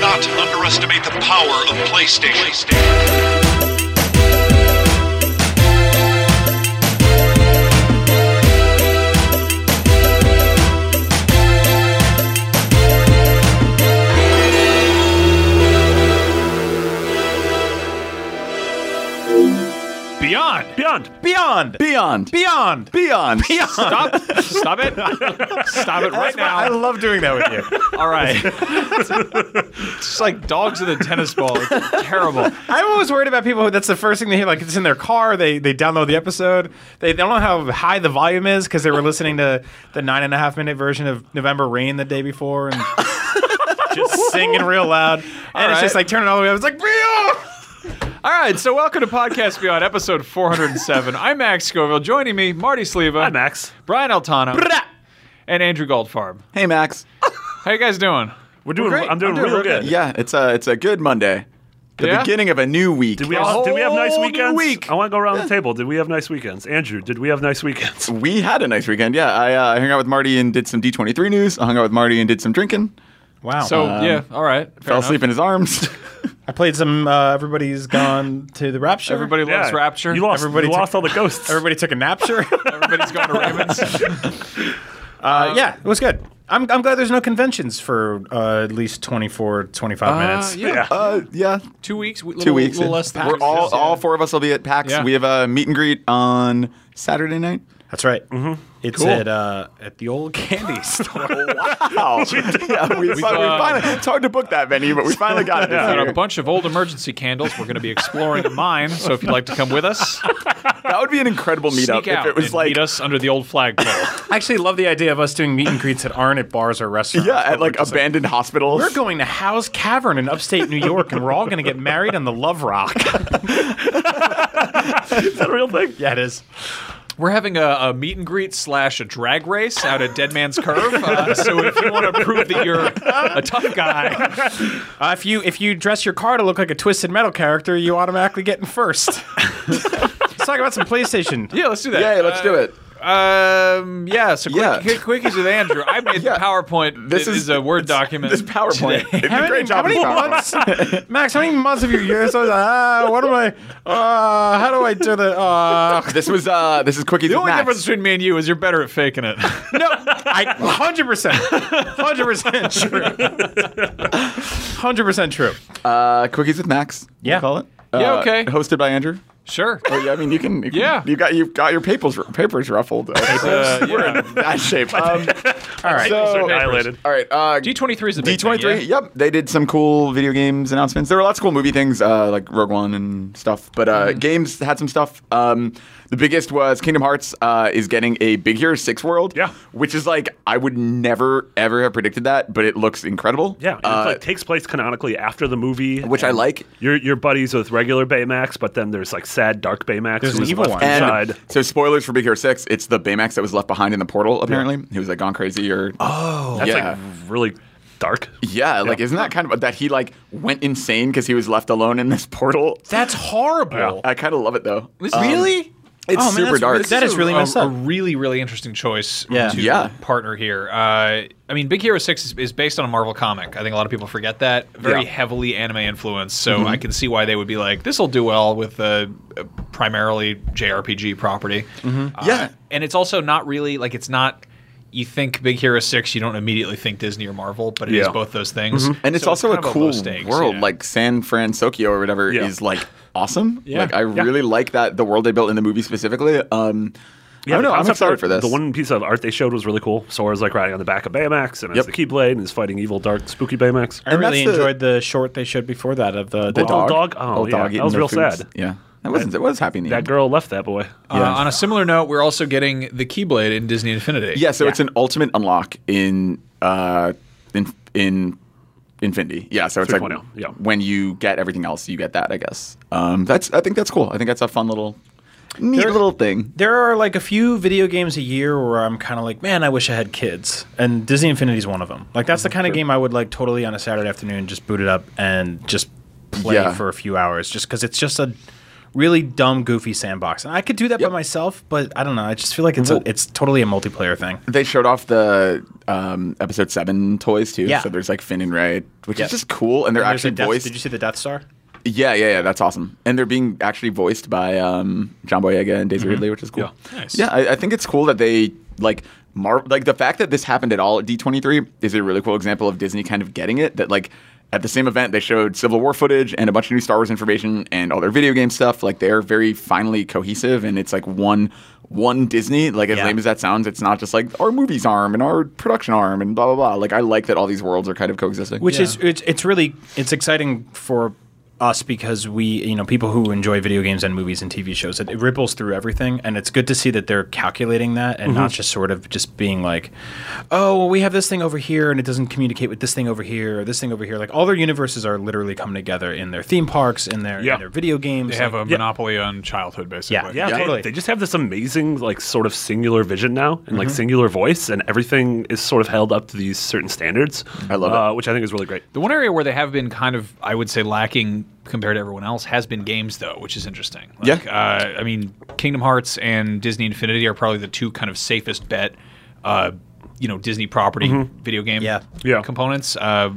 not underestimate the power of PlayStation. Beyond. Beyond. Beyond. Beyond. Beyond. Beyond. Beyond. Stop. Stop it. Stop it right That's why I now. love doing that with you. All right. it's just like dogs with a tennis ball. It's terrible. I'm always worried about people who that's the first thing they hear. Like it's in their car, they they download the episode. They, they don't know how high the volume is because they were listening to the nine and a half minute version of November Rain the day before and just singing real loud. And it's right. just like turn it all the way up. It's like Rio. All right. So welcome to Podcast Beyond, episode 407. I'm Max Scoville. Joining me, Marty Sleva. Hi, Max. Brian Altano. and Andrew Goldfarb. Hey Max. How you guys doing? We're doing. great. I'm doing, I'm doing real real good. Yeah, it's a it's a good Monday. The Yeah? beginning of a new week. Did we, have, did we have nice whole new weekends? week. I want to go around the table. Did we have nice weekends? Andrew, did we have nice weekends? We had a nice weekend. Yeah, I uh, hung out with Marty and did some D23 news. I hung out with Marty and did some drinking. Wow. So yeah. All right. Fair Um, Fell enough. asleep in his arms. I played some. Uh, everybody's gone to the Rapture. Everybody loves Yeah. Rapture. You lost. Everybody you took- lost all the ghosts. Everybody took a napture. Everybody's going to Ravens. uh, yeah, it was good. I'm, I'm glad there's no conventions for uh, at least 24, 25 minutes. Uh, yeah. uh, yeah, Two weeks. Two two weeks. Little less than We're two all weeks, yeah. all four of us will be at PAX. Yeah. We have a meet and greet on Saturday night. That's right. Mm-hmm. It's at uh, at the old candy store. Oh, Wow. yeah, we, fin- we uh, finally, it's hard to book that venue, but we finally got it. this Yeah. year. Got a bunch of old emergency candles. We're going to be exploring a mine. So if you'd like to come with us, That would be an incredible meetup sneak out if it was and like meet us under the old flagpole. I actually love the idea of us doing meet and greets that aren't at bars or restaurants. yeah, but at we're like just abandoned hospitals. we're going to Howe's Cavern in upstate New York, and we're all going to get married on the Love Rock. Is that a real thing? yeah, it is. We're having a, a meet and greet slash a drag race out at Dead Man's Curve. Uh, so if you want to prove that you're a tough guy, Uh, if you if you dress your car to look like a Twisted Metal character, you automatically get in first. Let's talk about some PlayStation. yeah, let's do that. Uh, Yeah, let's do it. Um, yeah. So quick, Yeah. quick- quickies with Andrew. I made Yeah. the PowerPoint. This is, a Word it's- document. This PowerPoint. It did How a many, great job. how with many PowerPoint. months, Max? How many months of your years? I was like, ah, what am I? Uh, how do I do the? Uh, This was uh, this is quickies. the only Max. difference between me and you is you're better at faking it. No, I hundred percent, hundred percent true, hundred percent true. Uh, Quickies with Max. we'll Yeah. call it. Yeah, Uh, okay. Hosted by Andrew. sure. Oh, yeah, I mean, you can. You can- Yeah. you got you got your papers papers ruffled. Uh, We're yeah. in bad shape. Um, All right. so, Dilated. all right. Uh, D23 is a big D23. Thing, yeah? Yep, they did some cool video games announcements. There were lots of cool movie things, uh, like Rogue One and stuff. But uh, games had some stuff. Um, the biggest was Kingdom Hearts uh, is getting a Big Hero Six world. Yeah. which is like I would never ever have predicted that, but it looks incredible. Yeah, and Uh, it like, takes place canonically after the movie, Which I and like. You're, you're buddies with regular Baymax, but then there's like sad dark Baymax There's an who's evil left one. and inside. so spoilers for Big Hero Six. It's the Baymax that was left behind in the portal. Apparently, he was like gone crazy or That's yeah. like really dark. yeah, like isn't that kind of that he like went insane because he was left alone in this portal? That's horrible. I kind of love it though. This- Um, really? It's Oh, man, super that's- dark. That is a- really a, messed up. A really, really interesting choice uh, Yeah. to Yeah. partner here. Uh, I mean, Big Hero Six is, is based on a Marvel comic. I think a lot of people forget that. Very Yeah. Mm-hmm. heavily anime influenced, so I can see why they would be like, "This will do well with a, a primarily JRPG property." Uh, Mm-hmm. Yeah. and it's also not really like it's not. You think Big Hero Six, you don't immediately think Disney or Marvel, but it is Yeah. both those things. Mm-hmm. And it's So also kind a of cool low stakes, world. yeah. Like San Francisco or whatever Yeah. is like awesome. Yeah. Like I Yeah. really like that the world they built in the movie specifically. Um, I don't the know. I'm concept excited art- for this. The one piece of art they showed was really cool. Sora's like riding on the back of Baymax, and it's the Yep. Keyblade, and he's fighting evil, dark, spooky Baymax. I really that's the- enjoyed the short they showed before that of the, the the dog. dog, Oh, Old yeah. dog That eating was their real foods. sad. Yeah, that wasn't. It was happy in the That end. girl left that boy. Uh, on a similar note, we're also getting the Keyblade in Disney Infinity. Yeah, so it's an ultimate unlock in uh in in Infinity. Yeah, so it's like 3.0, oh, yeah. when you get everything else, you get that. I guess. Um, that's. I think that's cool. I think that's a fun little, neat little thing. There are like a few video games a year where I'm kind of like, man, I wish I had kids, and Disney Infinity is one of them. Like that's Mm-hmm. the kind of game I would like totally on a Saturday afternoon just boot it up and just play Yeah. for a few hours, just because it's just a really dumb, goofy sandbox. And I could do that by myself, but I don't know. I just feel like it's a, it's totally a multiplayer thing. They showed off the um, episode seven toys too. Yeah. So there's like Finn and Ray, which Yes. is just cool, and they're There's a actually death- voiced. Did you see the Death Star? Yeah, yeah, yeah. That's awesome. And they're being actually voiced by um, John Boyega and Daisy Ridley, which is cool. Yeah, Nice. I, I think it's cool that they like mar- like the fact that this happened at all at D23 is a really cool example of Disney kind of getting it. That like at the same event they showed Civil War footage and a bunch of new Star Wars information and all their video game stuff. Like they're very finally cohesive and it's like one one Disney. Like as Yeah. lame as that sounds, it's not just like our movies arm and our production arm and blah blah blah. Like I like that all these worlds are kind of coexisting. which is it's, it's really it's exciting for us because we you know people who enjoy video games and movies and TV shows it, it ripples through everything and it's good to see that they're calculating that and Mm-hmm. not just sort of just being like oh well we have this thing over here and it doesn't communicate with this thing over here or this thing over here like all their universes are literally coming together in their theme parks in their Yeah. in their video games They have like- a monopoly on childhood, basically. Yeah, Yeah, they- totally. They just have this amazing, like, sort of singular vision now, and like singular voice, and everything is sort of held up to these certain standards. I love it. uh, which I think is really great. The one area where they have been kind of, I would say, lacking compared to everyone else has been games, though, which is interesting. Like, Yeah. Uh, I mean, Kingdom Hearts and Disney Infinity are probably the two kind of safest bet, uh, you know, Disney property video game Yeah. Yeah. components. Uh,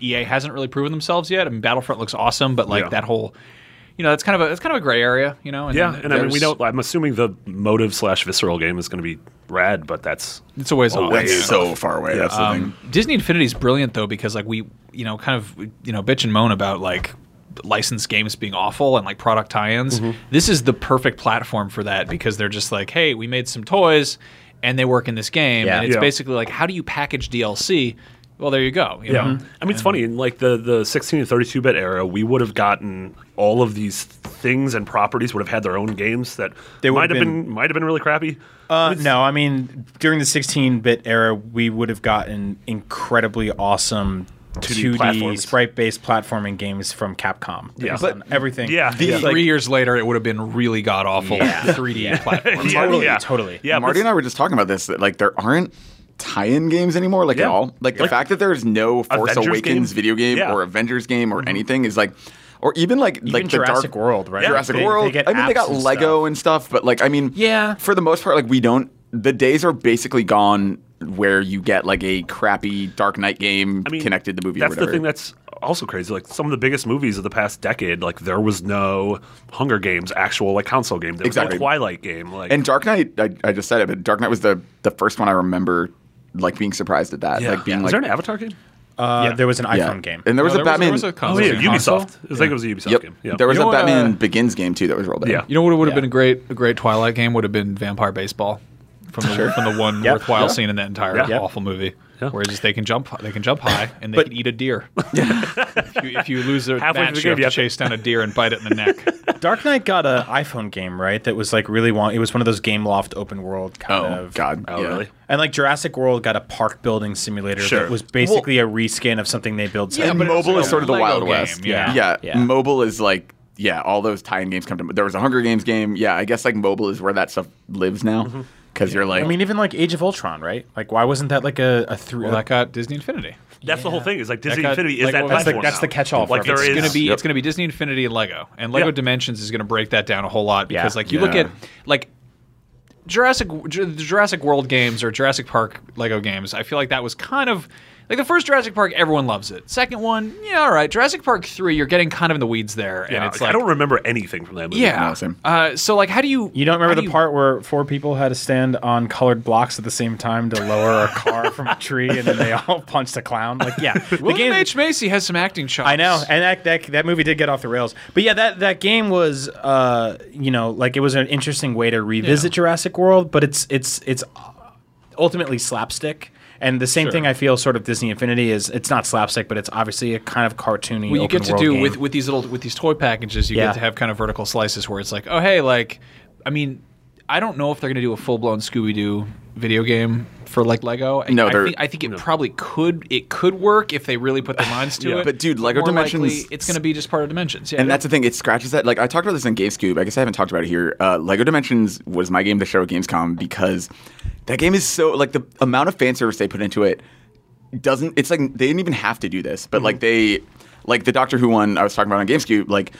EA hasn't really proven themselves yet. I mean, Battlefront looks awesome, but like Yeah. that whole, you know, that's kind of a that's kind of a gray area, you know. Yeah, then and I mean, we there's- don't. I'm assuming the motive slash visceral game is going to be rad, but that's It's always Oh, off. wait. That's Yeah. so far away. That's the thing. Um, Disney Infinity is brilliant though because like we you know kind of you know bitch and moan about like licensed games being awful and like product tie-ins. Mm-hmm. This is the perfect platform for that because they're just like, hey, we made some toys and they work in this game, Yeah. and it's Yeah. basically like, how do you package DLC? Well, there you go. you Yeah, Mm-hmm. Mm-hmm. know? I mean it's funny in like the the 16 and 32 bit era, we would have gotten all of these things and properties would have had their own games that They would might have have been, might have been really crappy. Uh, no, I mean during the 16-bit era, we would have gotten incredibly awesome 2D 2D, platforms. sprite-based platforming games from Capcom. Yeah. Based on everything. Yeah, The- Three Like- years later, it would have been really god awful 3D platform. yeah, Totally, yeah. totally. Yeah, Marty but- and I were just talking about this that like there aren't tie-in games anymore, like at Yeah. all. Like the Like- fact that there's no Force Avengers Awakens game? video game Yeah. Mm-hmm. or Avengers game or anything is like, or even like Even like the Jurassic Dark World, right? Jurassic They- they World. get I mean, they apps got and Lego stuff. and stuff, but like I mean, Yeah. for the most part, like we don't. The days are basically gone where you get like a crappy Dark Knight game I mean, connected to the movie. That's or whatever. the thing that's also crazy. Like some of the biggest movies of the past decade, like there was no Hunger Games actual like console game. There Exactly. was no Twilight game. Like And Dark Knight, I, I just said it, but Dark Knight was the the first one I remember like being surprised at that, yeah. like being was like there an Avatar game? Uh, Yeah. There was an iPhone yeah. game. and there was No, a there was- there Batman. was a Oh Was yeah, it a console? Ubisoft. I think it was a Ubisoft Yep. game. Yeah. There was You know a what, Batman uh, Begins game too that was rolled out. Yeah. You know what would have Yeah. been a great a great Twilight game would have been Vampire Baseball from the, from the one Yeah. worthwhile Yeah. scene in that entire Yeah. Yeah. awful movie. Yeah. Where it's just they can jump they can jump high and they But- can eat a deer. if, you, if you lose a Halfway through match, the you game, have you to have to- chase down a deer and bite it in the neck. Dark Knight got an iPhone game, right? That was like really long. It was one of those game loft open world kind Oh of. God! Oh yeah. really? And like Jurassic World got a park building simulator Sure. that was basically a reskin of something they built. Yeah, And but it was mobile like is a sort of the Lego Wild game, West. yeah. yeah, Yeah. Mobile is like yeah. All those tie-in games come to. There was a Hunger Games game. Yeah, I guess like mobile is where that stuff lives Mm-hmm. now. Because you're like, I mean, even like Age of Ultron, right? Like, why wasn't that like a, a three? well, that got Disney Infinity. That's the whole thing. Is like Disney got- Infinity is like, that well, that's the- platform that's now. the catch-all Like for there everything. It's is gonna be it's gonna be Disney Infinity and Lego, and Lego Yeah. Dimensions is gonna break that down a whole lot because Yeah. like you look Yeah. at like Jurassic Ju- the Jurassic World games or Jurassic Park Lego games. I feel like that was kind of like the first Jurassic Park, everyone loves it. Second one, yeah, all right. Jurassic Park three, you're getting kind of in the weeds there, and Yeah, it's like, like I don't remember anything from that movie. yeah. No, same. Uh, so like, how do you You don't how remember do the you- part where four people had to stand on colored blocks at the same time to lower a car from a tree, and then they all punched a clown? Like, yeah, the William H Macy has some acting chops. I know, and that, that that movie did get off the rails. But yeah, that that game was, uh, you know, like it was an interesting way to revisit Jurassic World, but it's it's it's ultimately slapstick. And the same thing I feel sort of Disney Infinity is it's not slapstick, but it's obviously a kind of cartoony. what you open get to world do game. with with these little with these toy packages you Yeah. get to have kind of vertical slices where it's like oh hey like i mean i don't know if they're going to do a full-blown scooby-doo video game for like lego I- No, i, they're- think, I think it probably could it could work if they really put their minds to Yeah. it But, dude, LEGO more likely, Dimensions- it's going to be just part of dimensions yeah and that's the thing. It scratches that. Like I talked about this in GameScoop. I guess I haven't talked about it here. Uh, Lego Dimensions was my game to show at Gamescom because that game is so like the amount of fan service they put into it doesn't. It's like they didn't even have to do this, but like they, like the Doctor Who one I was talking about on GameScoop, like.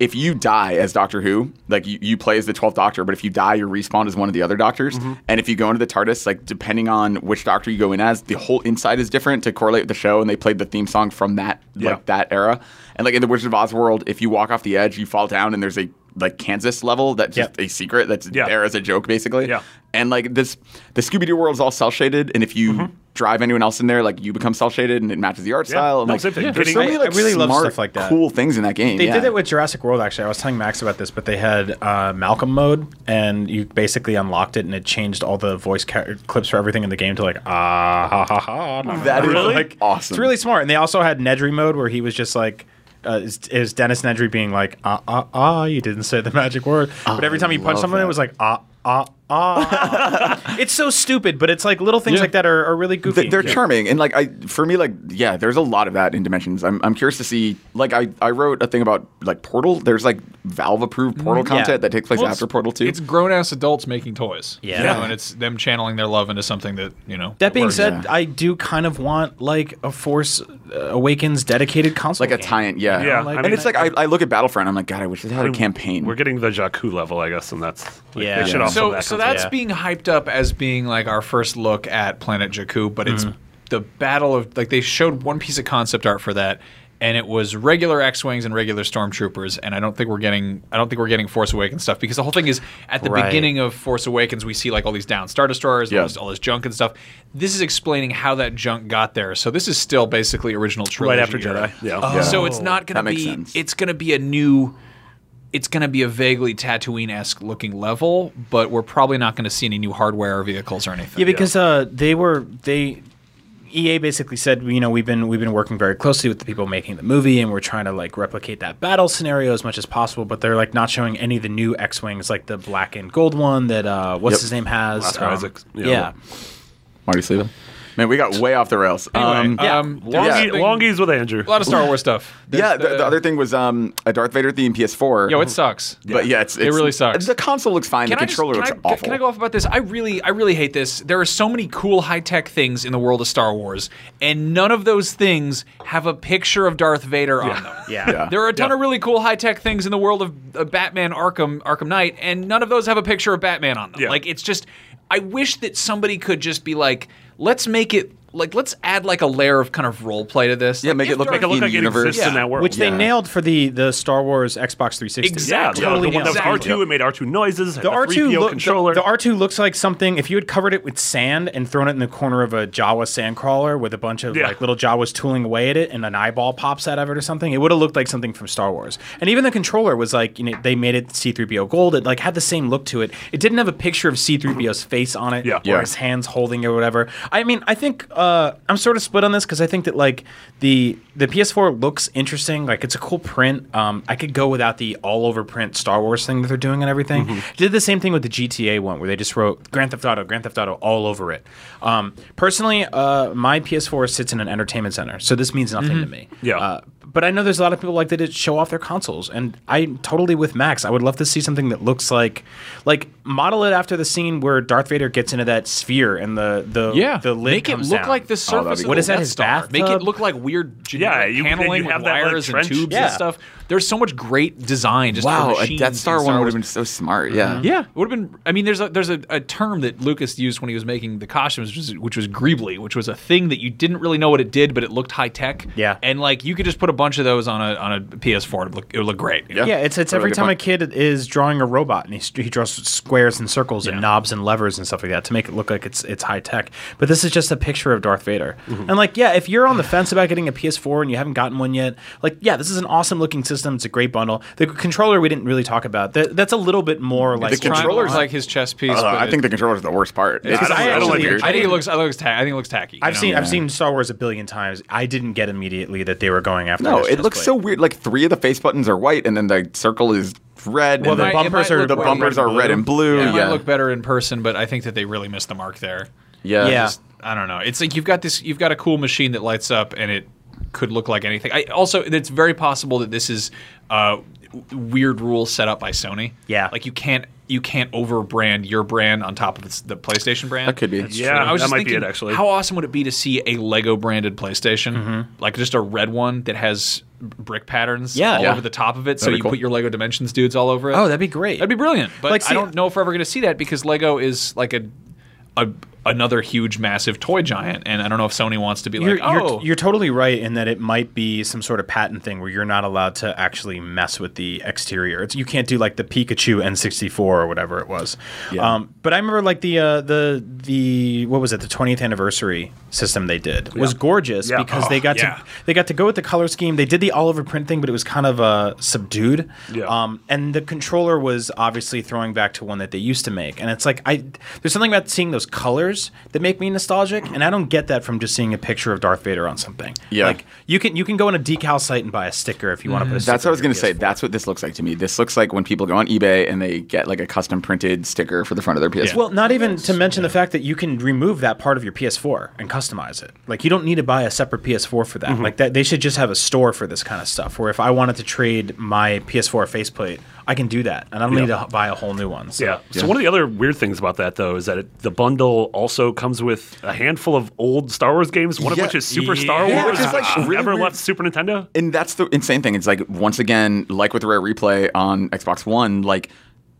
if you die as Doctor Who, like you, you play as the 12th Doctor, but if you die, you're respawned as one of the other Doctors. And if you go into the TARDIS, like depending on which Doctor you go in as, the whole inside is different to correlate with the show. And they played the theme song from that, Yeah. like that era. And like in the Wizard of Oz world, if you walk off the edge, you fall down and there's a like Kansas level that's just Yeah. a secret that's Yeah. there as a joke, basically. Yeah. And like this, the Scooby Doo world is all cel shaded, and if you drive anyone else in there, like you become cel shaded, and it matches the art Yeah. style. And, No, like, same thing. There's so I- many like I really love smart, stuff like that. cool things in that game. They yeah. did it with Jurassic World, actually. I was telling Max about this, but they had uh, Malcolm mode, and you basically unlocked it, and it changed all the voice ca- clips for everything in the game to like ah ha ha ha. nah, That is Really? like awesome. It's really smart. And they also had Nedry mode where he was just like, uh, is, is Dennis Nedry being like, ah, ah, ah, you didn't say the magic word. but every time he Oh, love punched someone, that. it was like, ah, ah, ah. it's so stupid, but it's like little things Yeah. like that are, are really goofy. Th- They're charming, and like I, for me, like yeah, there's a lot of that in Dimensions. I'm, I'm curious to see. Like I, I wrote a thing about like Portal. There's like Valve approved Portal Mm, yeah. content that takes place Well, after it's- Portal Two. It's grown ass adults making toys. Yeah. You know, and it's them channeling their love into something that, you know. That being works. said, I do kind of want like a Force uh, Awakens dedicated console, like a game. tie-in, yeah, Yeah, I and mean, it's like I, I look at Battlefront. I'm like, God, I wish they had a campaign. We're getting the Jakku level, I guess, and that's like, Yeah. They should Yeah. offer So, that so concept. that's yeah. being hyped up as being like our first look at Planet Jakku, but Mm-hmm. it's the battle of like they showed one piece of concept art for that, and it was regular X-wings and regular stormtroopers, and I don't think we're getting I don't think we're getting Force Awakens stuff because the whole thing is at the Right. beginning of Force Awakens we see like all these down star destroyers, Yeah. all, this, all this junk and stuff. This is explaining how that junk got there. So this is still basically original trilogy right after era. Jedi. Yeah. Yeah. Oh. So it's not That going to makes be. sense. It's going to be a new. It's going to be a vaguely Tatooine esque looking level, but we're probably not going to see any new hardware or vehicles or anything. Yeah, because uh, they were they EA basically said, you know, we've been we've been working very closely with the people making the movie, and we're trying to like replicate that battle scenario as much as possible. But they're like not showing any of the new X wings, like the black and gold one that uh, what's Yep. his name has. um, Oscar Isaac. Yeah. Yeah. Marty Sleeva. Man, we got way off the rails. Anyway, um, um, there was Yeah. Longy, something- Longies with Andrew. a lot of Star Wars stuff. yeah, There's the, the other thing was um, a Darth Vader theme PS4. Yo, it sucks. But yeah, it's, it's- really sucks. The console looks fine. the just- controller can looks I, awful. Can I go off about this? I really, I really hate this. There are so many cool high tech things in the world of Star Wars, and none of those things have a picture of Darth Vader on them. Yeah. Yeah. There are a ton Yeah. of really cool high tech things in the world of uh, Batman Arkham Arkham Knight, and none of those have a picture of Batman on them. Yeah. Like it's just, I wish that somebody could just be like, let's make it like let's add like a layer of kind of role play to this. Yeah, Like, make if it look Darth like Make it look in like it universe. exists in Yeah. that world. which they Yeah. nailed for the the Star Wars Xbox 360. Exactly. yeah, totally the one that was R2 nailed. and made R2 noises. and The R two the 3PO look, controller. The R two looks like something. If you had covered it with sand and thrown it in the corner of a Jawa sandcrawler with a bunch of Yeah. like little Jawas tooling away at it, and an eyeball pops out of it or something, it would have looked like something from Star Wars. And even the controller was like, you know, they made it C three PO gold. It like had the same look to it. It didn't have a picture of C three PO's face on it Yeah. or Yeah. his hands holding it or whatever. I mean, I think uh, I'm sort of split on this because I think that like the the PS4 looks interesting. Like it's a cool print. Um, I could go without the all over print Star Wars thing that they're doing and everything. Did the same thing with the GTA one where they just wrote Grand Theft Auto, Grand Theft Auto all over it. Um, personally, uh, my PS4 sits in an entertainment center, so this means nothing to me. Yeah. Uh, but I know there's a lot of people like that that show off their consoles, and I'm totally with Max. I would love to see something that looks like, like model it after the scene where Darth Vader gets into that sphere and the the Yeah, the lid make it comes look down. like the Oh, Oh, that'd be surface. cool. What of is the that, Death his Star. Make it bathtub? look like weird, Yeah, generic you- you paneling have with that, like, wires and trench. tubes Yeah. and stuff. There's so much great design. Just for wow, a machines Death in Star one would Wars. have been so smart. Yeah. Yeah, it would have been. I mean, there's a there's a, a term that Lucas used when he was making the costumes, which was, which was greebly, which was a thing that you didn't really know what it did, but it looked high tech. Yeah. and like you could just put a bunch of those on a on a PS4. It would look, it would look great. you know? Yeah. Yeah, it's it's Really every good time point. a kid is drawing a robot and he, st- he draws squares and circles and knobs and levers and stuff like that to make it look like it's it's high tech. But this is just a picture of Darth Vader. Mm-hmm. And like, yeah, if you're on the fence about getting a PS4 and you haven't gotten one yet, like, yeah, this is an awesome looking system. It's a great bundle. The c- controller we didn't really talk about. That, that's a little bit more like The Triangle controller's is like his chest piece. Uh, but I it- think the controller's the worst part. It's- I don't- I don't like weird. the I think it looks. I, looks ta- I think it looks tacky. you I've know? seen I've seen Star Wars a billion times. I didn't get immediately that they were going after. No, this it looks display. so weird. Like three of the face buttons are white, and then the circle is red. Well, and the might- it bumpers might are look the way bumpers better are red and blue. It Yeah, might look better in person, but I think that they really missed the mark there. yeah, Yeah. Just- I don't know. It's like you've got this. You've got a cool machine that lights up, and it could look like anything. I also, it's very possible that this is uh, w- weird rule set up by Sony. Yeah. like you can't you can't overbrand your brand on top of its, the PlayStation brand. That could be. That's Yeah, I was that just might thinking, be it actually. How awesome would it be to see a Lego branded PlayStation, like just a red one that has brick patterns Yeah. all Yeah. over the top of it, so That'd be you cool. put your Lego Dimensions dudes all over it. Oh, that'd be great. That'd be brilliant. But Like, see- I don't know if we're ever going to see that because Lego is like a, a another huge, massive toy giant, and I don't know if Sony wants to be You're, like, oh, you're, you're totally right in that it might be some sort of patent thing where you're not allowed to actually mess with the exterior. It's, you can't do like the Pikachu N64 or whatever it was. Um, but I remember like the uh, the the what was it the 20th anniversary system they did was gorgeous Yeah. because they Oh, got yeah. to they got to go with the color scheme. They did the Oliver print thing, but it was kind of uh, subdued. Yeah. Um, and the controller was obviously throwing back to one that they used to make. And it's like I there's something about seeing those colors that make me nostalgic, and I don't get that from just seeing a picture of Darth Vader on something. Yeah. Like you can you can go on a decal site and buy a sticker if you want to put a sticker. That's what I was on your going to say. PS4. That's what this looks like to me. This looks like when people go on eBay and they get like a custom printed sticker for the front of their PS4. Well, not even to mention the fact that you can remove that part of your PS4 and customize it. Like you don't need to buy a separate PS4 for Mm-hmm. that. Like that, they should just have a store for this kind of stuff. Where if I wanted to trade my PS4 faceplate, I can do that, and I don't need to h- buy a whole new one. So. Yeah. So one of the other weird things about that though is that it, the bundle also comes with a handful of old Star Wars games, one Yeah. of which is Super Star Wars, Yeah, which is, like, which really never weird. left Super Nintendo. and that's the insane thing. It's like once again, like with Rare Replay on Xbox One, like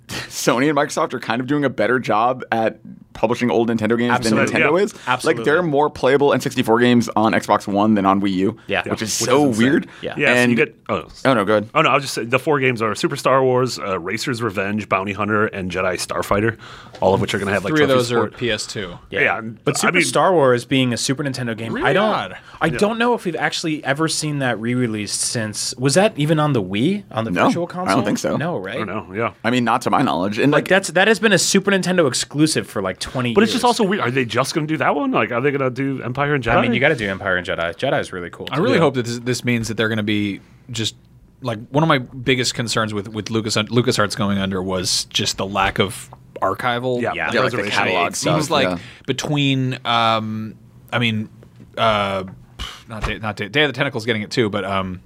Sony and Microsoft are kind of doing a better job at publishing old Nintendo games Absolutely, than Nintendo yeah. is. Absolutely. Like there are more playable N64 games on Xbox One than on Wii U. Yeah. Which Yeah. is so weird. Yeah. Yeah. And so you get oh, Oh no, go ahead. Oh no, I was just saying the four games are Super Star Wars, uh, Racer's Revenge, Bounty Hunter, and Jedi Starfighter, all of which are going to have like three of trophy those are support. PS2. yeah. But I Super mean- Star Wars being a Super Nintendo game, I Really don't, odd. I don't know if we've actually ever seen that re-released since. Was that even on the Wii on the No, Virtual I don't Console? think so. No, right? I don't know. Yeah. I mean, not to my knowledge. And like, Like that's that has been a Super Nintendo exclusive for like twenty. But it's just years. also weird. Are they just going to do that one? Like, are they going to do Empire and Jedi? I mean, you got to do Empire and Jedi. Jedi is really cool. I really hope that this, this means that they're going to be just like one of my biggest concerns with with Lucas LucasArts going under was just the lack of archival. Yeah. yeah, like the Preservation. catalog It stuff. seems like yeah. between, um, I mean, uh, not day, not day, day of the Tentacle's getting it too, but um,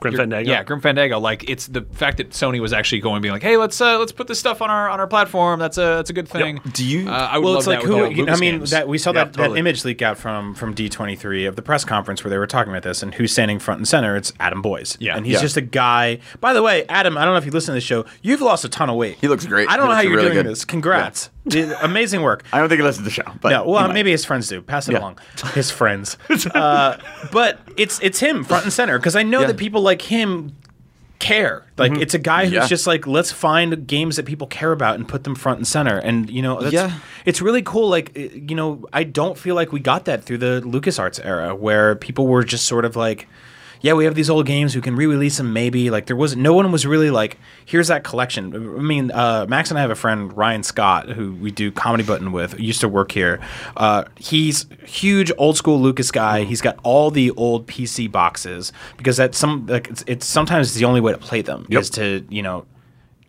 Grim you're- Fandango. Yeah, Grim Fandango. Like it's the fact that Sony was actually going and being like, hey, let's uh, let's put this stuff on our on our platform. That's a that's a good thing. Do you- Uh, I would well, love it's like that with all who? you- I Lucas mean, games. that we saw Yeah, that, that totally. image leak out from from D twenty three of the press conference where they were talking about this, and who's standing front and center? It's Adam Boyce. Yeah. and he's Yeah. just a guy. By the way, Adam, I don't know if you listen to the show. You've lost a ton of weight. He looks great. I don't He know how looks you're really doing good. this. Congrats, The- amazing work. I don't think he listens to the show. But No, well, he uh, might. maybe his friends do. Pass it along. His friends. uh, but it's it's him front and center because I know that people like him care. Like it's a guy who's Mm-hmm. Yeah. just like let's find games that people care about and put them front and center. And you know, that's, Yeah. it's really cool. Like i- you know, I don't feel like we got that through the LucasArts era where people were just sort of like. Yeah, we have these old games. We can re-release them, maybe. Like there was no one was really like, here's that collection. I mean, uh, Max and I have a friend Ryan Scott who we do comedy button with. Used to work here. Uh, he's huge old school Lucas guy. He's got all the old PC boxes because that's some like it's, it's sometimes the only way to play them Yep. is to you know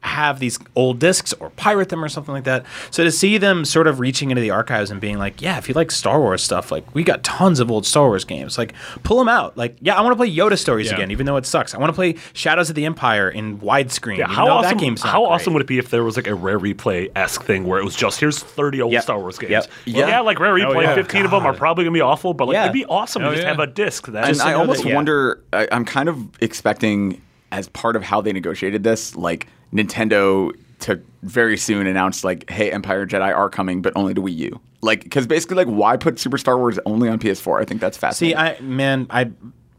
have these old discs or pirate them or something like that. So to see them sort of reaching into the archives and being like, yeah, if you like Star Wars stuff, like we got tons of old Star Wars games. Like pull them out. Like yeah, I want to play Yoda stories again, even though it sucks. I want to play Shadows of the Empire in widescreen. Yeah, even how though awesome, that game's not how great. awesome would it be if there was like a rare replay esque thing where it was just here's 30 old Yep. Star Wars games? Yep. Yeah. Yeah. yeah, like rare replay, yeah. 15 of them are probably going to be awful, but like Yeah. it'd be awesome Oh, to just yeah. have a disc that and I know almost that- yeah. wonder. I, I'm kind of expecting, as part of how they negotiated this, like Nintendo to very soon announce, like, "Hey, Empire Jedi are coming, but only to Wii U." Like, because basically, like, why put Super Star Wars only on PS4? I think that's See, fascinating. I man, I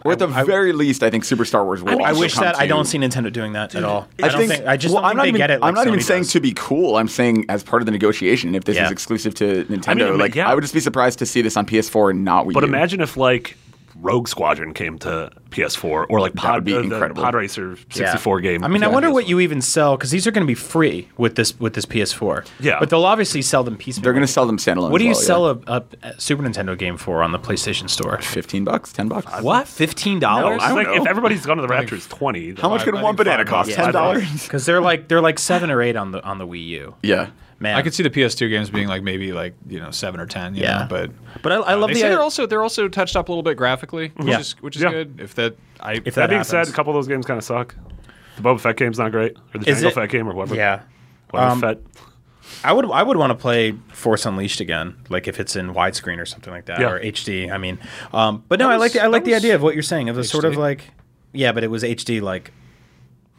or at the I- I- very least, I think Super Star Wars will. I also wish come that I to- don't see Nintendo doing that at all. I, don't think, I just well, don't I'm think not they even, get it. I'm not like even Sony saying does. to be cool. I'm saying as part of the negotiation, if this Yeah. is exclusive to Nintendo, mean, like yeah. I would just be surprised to see this on PS4 and not Wii But U. imagine if like Rogue Squadron came to PS4 or like Pod, would be uh, the incredible. Pod Racer 64 game. I mean, I Yeah. wonder what you even sell because these are going to be free with this with this PS4. Yeah. but they'll obviously sell them piecemeal. They're going to sell them standalone. What do you as well, sell Yeah. a, a Super Nintendo game for on the PlayStation Store? Fifteen bucks, ten bucks. What? Fifteen dollars? I don't like know. if everybody's gone to the Raptors 20. How much could I think one banana five cost? bucks. Ten dollars. Because they're like they're like seven or eight on the on the Wii U. Yeah. Man, I could see the PS2 games being like maybe like you know seven or ten. You Yeah. know, but But I, I love they the say they're also they're also touched up a little bit graphically, which Yeah. is which is Yeah. good. If that I If That that being happens. said, a couple of those games kind of suck. The Boba Fett game's not great, or the Is Jango it- Fett game, or whatever. yeah. Boba Um, Fett. I would I would want to play Force Unleashed again, like if it's in widescreen or something like that, Yeah. or HD. I mean, um, but no, I like was- the, I like that the was idea of what you're saying of the sort of HD. like, yeah, but it was HD like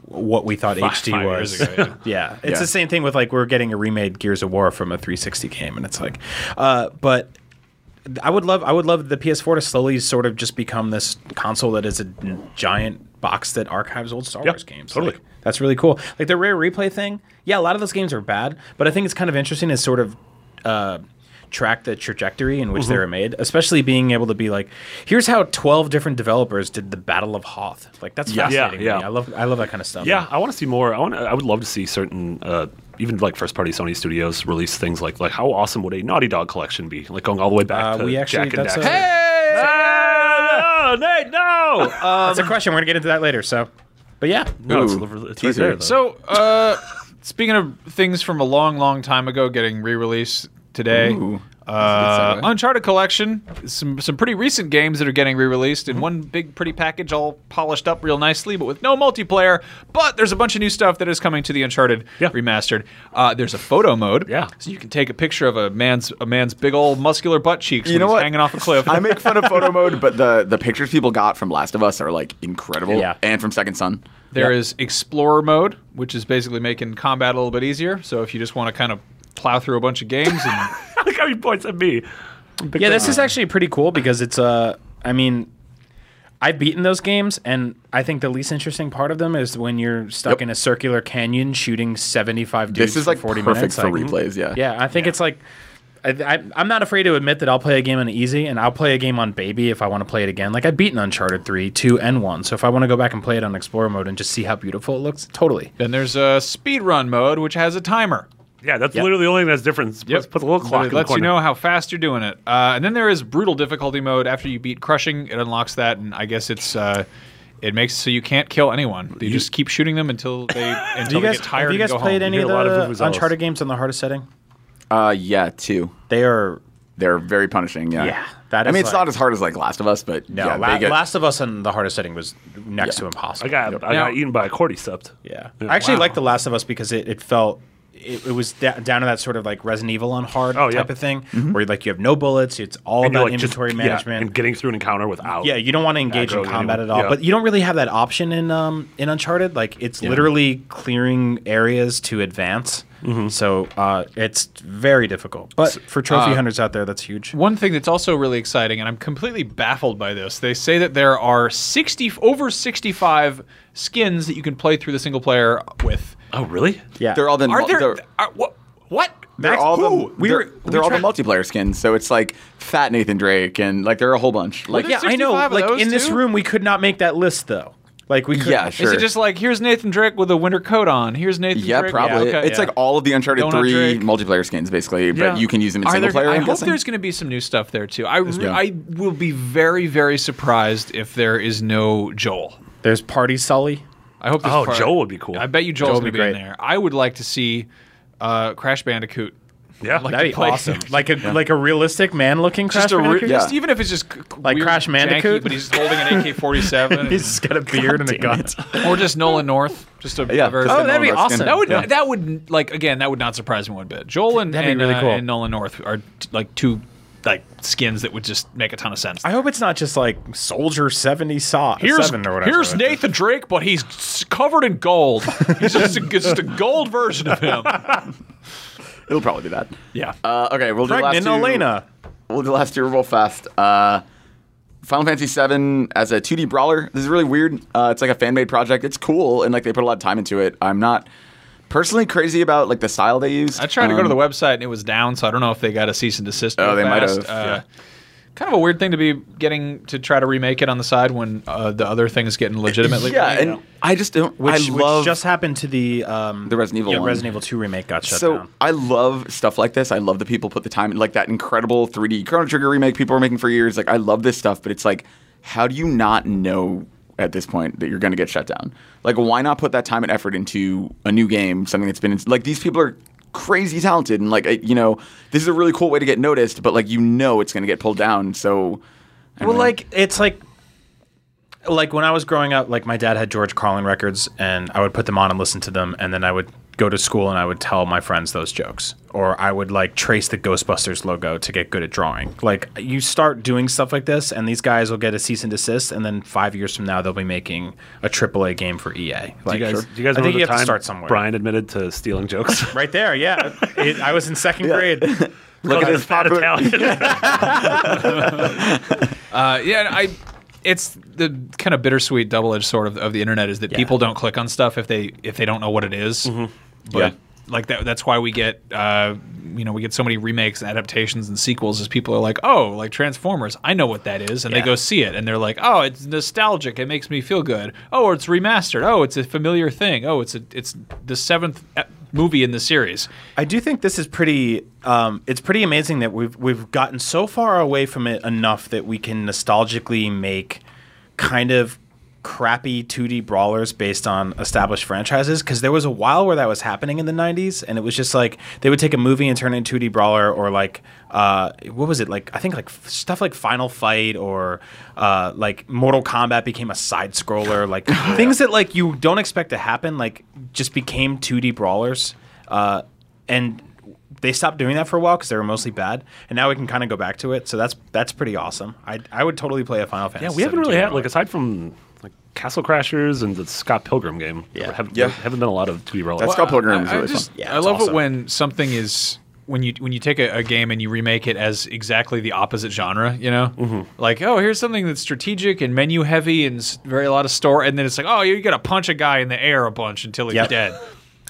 what we thought Five- HD five was. years ago, yeah, it's Yeah. the same thing with like we're getting a remade Gears of War from a 360 game, and it's like, uh, but I would love I would love the PS4 to slowly sort of just become this console that is a giant box that archives old Star Yeah, Wars games. totally. Like, that's really cool. Like the rare replay thing. Yeah, a lot of those games are bad, but I think it's kind of interesting to sort of uh, track the trajectory in which Mm-hmm. they were made, especially being able to be like, here's how 12 different developers did the Battle of Hoth. Like that's Yeah. fascinating. to Yeah, me. yeah. I love I love that kind of stuff. Yeah, I want to see more. I want. I would love to see certain, uh, even like first party Sony studios release things like like how awesome would a Naughty Dog collection be? Like going all the way back Uh, to we actually- Jack and that's Daxter. a- Hey! Ah, no, Nate, no. Uh, That's a question. We're gonna get into that later. So, but yeah, no, it's, Ooh, li- it's right teaser. there. though. So, uh, speaking of things from a long, long time ago getting re-released today, Ooh. uh, That's a good segue. Uncharted Collection, some some pretty recent games that are getting re-released Mm-hmm. in one big, pretty package, all polished up real nicely, but with no multiplayer. But there's a bunch of new stuff that is coming to the Uncharted Yeah. remastered. Uh, there's a photo mode, Yeah. so you can take a picture of a man's a man's big old muscular butt cheeks when he's hanging off a cliff. I make fun of photo mode, but the the pictures people got from Last of Us are like incredible. Yeah. And from Second Son. There is Explorer mode, which is basically making combat a little bit easier. So if you just want to kind of plow through a bunch of games and Look how he points at me. yeah, this is actually pretty cool because it's uh, I mean, I've beaten those games, and I think the least interesting part of them is when you're stuck Yep. in a circular canyon shooting 75 dudes. This is for like 40 perfect minutes. for like, replays. Yeah. Yeah, I think it's like. I, I, I'm not afraid to admit that I'll play a game on easy, and I'll play a game on baby if I want to play it again. Like I've beaten Uncharted three, two, and one, so if I want to go back and play it on Explorer mode and just see how beautiful it looks, totally. Then there's a speed run mode, which has a timer. Yeah, that's literally the only thing that's different. Is Put, put a little clock. It in the lets you corner. know how fast you're doing it. Uh, and then there is brutal difficulty mode. After you beat crushing, it unlocks that, and I guess it's uh, it makes so you can't kill anyone. You, just keep shooting them until they until you guys, they get tired. have you guys and go played home. any hear of a lot of the Vuvuzelas. Uncharted games on the hardest setting? Uh, yeah, two. They are They're very punishing. Yeah. Yeah, that I is mean, it's like- not as hard as like Last of Us, but No, yeah, La- they get- Last of Us on the hardest setting was next to impossible. I got I Now- got eaten by a cordyceps. yeah. I actually Wow. liked the Last of Us because it, it felt it, it was da- down to that sort of like Resident Evil on hard Oh, yeah. type of thing, Mm-hmm. where like you have no bullets. It's all And you're, about like, just- inventory yeah, management. and getting through an encounter without. Yeah, you don't want to engage in aggro combat anyone. at all, Yeah. but you don't really have that option in um, in Uncharted. Like it's literally clearing areas to advance, Mm-hmm. so uh, it's very difficult. But for uh, trophy hunters out there, that's huge. One thing that's also really exciting, and I'm completely baffled by this. They say that there are 60 over 65 skins that you can play through the single player with. Oh really? Yeah, they're all the Are there? they're, Are, what? What? they're Max, all who? the we they're, were, we they're all the tried- multiplayer skins. So it's like Fat Nathan Drake and like there are a whole bunch. Like yeah, I know. 65 of Like those, in this too? room, we could not make that list though. Like we could. Yeah, sure. Is it just like here's Nathan Drake with a winter coat on? Here's Nathan. yeah, Drake. probably. okay. it's like all of the Uncharted Donut three Drake. multiplayer skins basically, Yeah. but you can use them in Are there- single player. I I'm hope guessing. there's going to be some new stuff there too. I re- Yeah. I will be very very surprised if there is no Joel. There's Party Sully. I hope. there's Oh, part- Joel would be cool. I bet you Joel's Joel would going to be be in great. there. I would like to see uh, Crash Bandicoot. Yeah. I'd like That'd to be play- awesome. Like a like a realistic man looking Crash Just, a re- Bandicoot. yeah. just even if it's just c- c- Like weird, Crash janky, Bandicoot? but he's just holding an AK-47, He's just got a beard and a gun. or just Nolan North, just a, yeah, a very just Oh, a that'd be normal awesome. skin. That would Yeah. that would like again that would not surprise me one bit. Joel and That'd be and, really uh, cool. and Nolan North are t- like two like skins that would just make a ton of sense. I hope it's not just like Soldier seventy saw seven or whatever. here's Nathan Drake, but he's s- covered in gold. He's just a, it's just a gold version of him. It'll probably be that. Yeah. Uh, okay, we'll do the last Pregnant two. Elena. We'll do the last two real fast. Uh, Final Fantasy VII as a 2D brawler. This is really weird. Uh, it's like a fan made project. It's cool and like they put a lot of time into it. I'm not personally crazy about like the style they use. I tried to go to Um, the website and it was down, so I don't know if they got a cease and desist. Oh, real they might fast. have, Uh, Kind of a weird thing to be getting to try to remake it on the side when uh, the other thing is getting legitimately. Yeah, and I just don't. Which, I love which just happened to the um, the Resident Evil yeah, one. Resident Evil two remake got shut so down. I love stuff like this. I love that people put the time like that incredible 3D Chrono Trigger remake people were making for years. Like I love this stuff, but it's like, how do you not know at this point that you're going to get shut down? Like, why not put that time and effort into a new game, something that's been in, like these people are crazy talented and like I- you know this is a really cool way to get noticed, but like you know it's going to get pulled down. So I don't Well, know. like it's like like when I was growing up, like my dad had George Carlin records, and I would put them on and listen to them, and then I would go to school and I would tell my friends those jokes, or I would like trace the Ghostbusters logo to get good at drawing. Like you start doing stuff like this, and these guys will get a cease and desist, and then five years from now they'll be making a AAA game for EA. Like, Do you guys, do you guys remember I think the you have time to start somewhere. Brian admitted to stealing jokes? Right there, yeah. It- I was in second grade. Look Because it's not Italian. Uh, yeah, and I. It's the kind of bittersweet double-edged sword of, of the internet is that people don't click on stuff if they if they don't know what it is. But Yeah. like that, that's why we get uh, you know we get so many remakes, adaptations, and sequels. Is people are like, oh, like Transformers, I know what that is, and they go see it, and they're like, oh, it's nostalgic, it makes me feel good. Oh, it's remastered. Oh, it's a familiar thing. Oh, it's a, it's the seventh uh, movie in the series. I do think this is pretty. Um, it's pretty amazing that we've we've gotten so far away from it enough that we can nostalgically make kind of crappy 2D brawlers based on established franchises. Because there was a while where that was happening in the 90s, and it was just like they would take a movie and turn it into a 2D brawler, or like uh, what was it like? I think like f- stuff like Final Fight or uh, like Mortal Kombat became a side scroller, like things that like you don't expect to happen, like just became 2D brawlers. Uh, and they stopped doing that for a while because they were mostly bad, and now we can kind of go back to it. So that's that's pretty awesome. I I would totally play a Final Fantasy. yeah, we haven't really 17 had like aside from like Castle Crashers and the Scott Pilgrim game. Yeah, haven't, Yeah. haven't been a lot of 2D rollers. That's Scott Pilgrim is Uh, I, I really just- fun. Yeah, I it's love it awesome. when something is when you when you take a, a game and you remake it as exactly the opposite genre. You know, like oh, here's something that's strategic and menu heavy and s- very a lot of store, and then it's like oh, you got to punch a guy in the air a bunch until he's Yep. dead.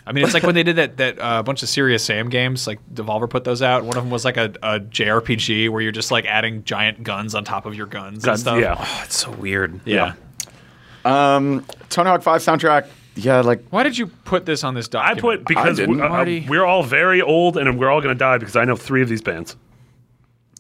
I mean, it's like when they did that that uh, bunch of Serious Sam games. Like Devolver put those out. One of them was like a, a JRPG where you're just like adding giant guns on top of your guns, and Guns, stuff. yeah. Oh, it's so weird. yeah. Tony Hawk 5 soundtrack. Yeah, like Why did you put this on this I document? put because didn't, we, Marty. are all very old and we're all going to die because I know three of these bands.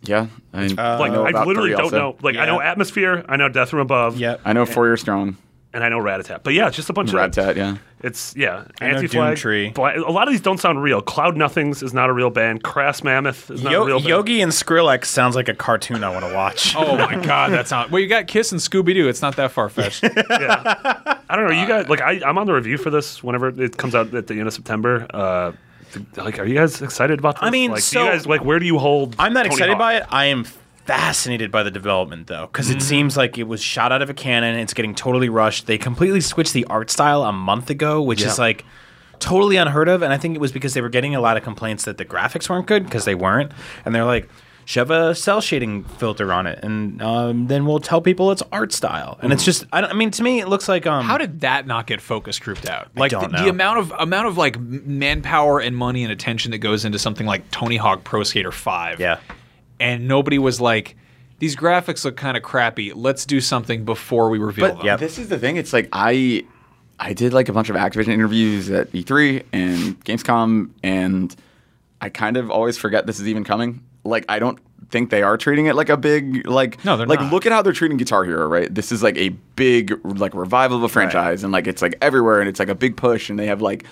yeah. I mean, Like know I, about literally three don't also. know. Like I know Yeah. Atmosphere, I know Death from Above, Yep. I know four year strong. and I know Ratatat. But yeah, it's just a bunch Rat of Tat, yeah. It's yeah, know Anti Flag. Doomtree. Bla- A lot of these don't sound real. Cloud Nothings is not a real band. Crass Mammoth is not a Yo- real band. Yogi and Skrillex sounds like a cartoon I want to watch. Oh my god, that's not. Well, you got Kiss and Scooby Doo. It's not that far fetched. I don't know. You guys, like, I, I'm on the review for this whenever it comes out at the end of September. Uh, th- like, are you guys excited about this? I mean, like, do so- you guys, like, where do you hold? I'm not Tony excited Hawk? by it. I am fascinated by the development though, because Mm-hmm. it seems like it was shot out of a cannon. It's getting totally rushed. They completely switched the art style a month ago, which is like totally unheard of. And I think it was because they were getting a lot of complaints that the graphics weren't good because they weren't, and they're like. Shove a cell shading filter on it, and um, then we'll tell people it's art style. And Mm. it's just—I don't I mean, to me, it looks like um, How did that not get focus grouped out? Like don't the, know. the amount of amount of like m- manpower and money and attention that goes into something like Tony Hawk Pro Skater Five. Yeah. and nobody was like, these graphics look kind of crappy. Let's do something before we reveal them. yeah. This is the thing. It's like I, I did like a bunch of Activision interviews at E3 and Gamescom, and I kind of always forget this is even coming. Like I don't think they are treating it like a big like No, they're like not. look at how they're treating Guitar Hero, right? This is like a big like revival of a franchise, and like it's like everywhere, and it's like a big push, and they have like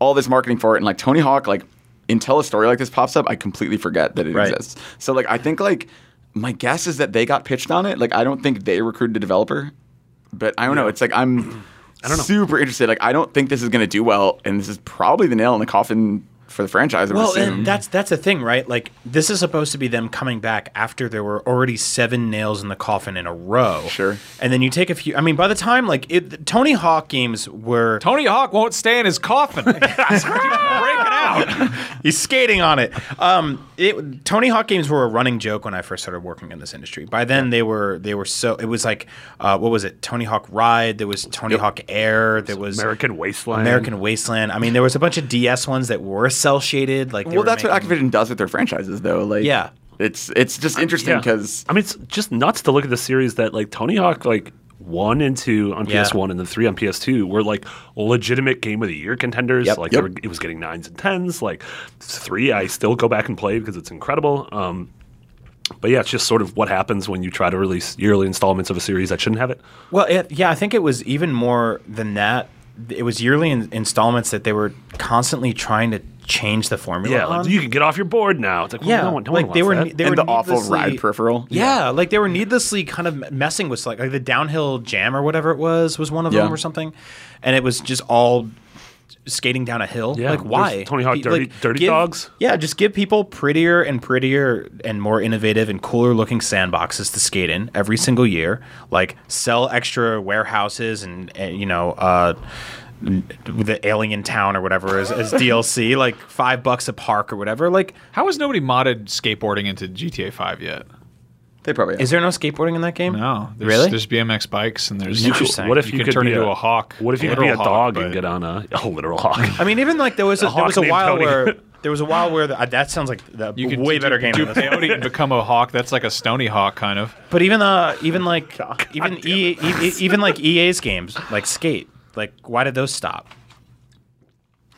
all this marketing for it, and like Tony Hawk, like until a story like this pops up, I completely forget that it Right. exists. So like I think like my guess is that they got pitched on it. Like I don't think they recruited a developer, but I don't know. It's like I'm I don't know. super interested. Like I don't think this is going to do well, and this is probably the nail in the coffin for the franchise. I would Well, assume. and that's that's the thing, right? Like this is supposed to be them coming back after there were already seven nails in the coffin in a row. Sure. And then you take a few. I mean, by the time like it, Tony Hawk games were, Tony Hawk won't stay in his coffin. Break it out. he's skating on it. Um, it Tony Hawk games were a running joke when I first started working in this industry. By then they were they were so it was like uh, what was it? Tony Hawk Ride. There was Tony Hawk Air. There was American Wasteland. American Wasteland. I mean, there was a bunch of DS ones that were cell shaded. Like, they well, were that's what making- Activision does with their franchises, though. Like Yeah. it's it's just interesting Yeah. because I mean, it's just nuts to look at the series that, like, Tony Hawk, like, one and two on Yeah. PS1 and then three on PS2 were like legitimate game of the year contenders. Yep. Like Yep. They were, it was getting nines and tens. Like three, I still go back and play because it's incredible. Um, but yeah, it's just sort of what happens when you try to release yearly installments of a series that shouldn't have it. Well, it, yeah, I think it was even more than that. It was yearly in, installments that they were constantly trying to change the formula. Yeah, like, on. you can get off your board now. It's like, well, yeah, no one, no like one they were, wants ne- that. they and were the awful needlessly- ride peripheral. Yeah, like they were needlessly kind of messing with like like the downhill jam or whatever it was was one of Yeah. them or something, and it was just all skating down a hill. Yeah, like why? there's Tony Hawk Pe- Dirty- Dirty give- Dogs. Yeah, just give people prettier and prettier and more innovative and cooler looking sandboxes to skate in every single year. Like sell extra warehouses and, and you know. Uh, the alien town or whatever is as DLC, like five bucks a park or whatever. Like, How has nobody modded skateboarding into GTA 5 yet? They probably are. is there no skateboarding in that game? No, there's, really? There's BMX bikes and there's. You could- Interesting. what if you, You could could turn be into a hawk, What if a you could be a literal dog hawk, but- and get on a, a literal hawk? I mean, even like there was a, there hawk was a named while Cody. where there was a while where the, uh, that sounds like the You could way do- better game. Do than this. peyote and become a hawk. That's like a stony hawk kind of. But even uh, even like even EA, e- even like EA's games like Skate, like why did those stop?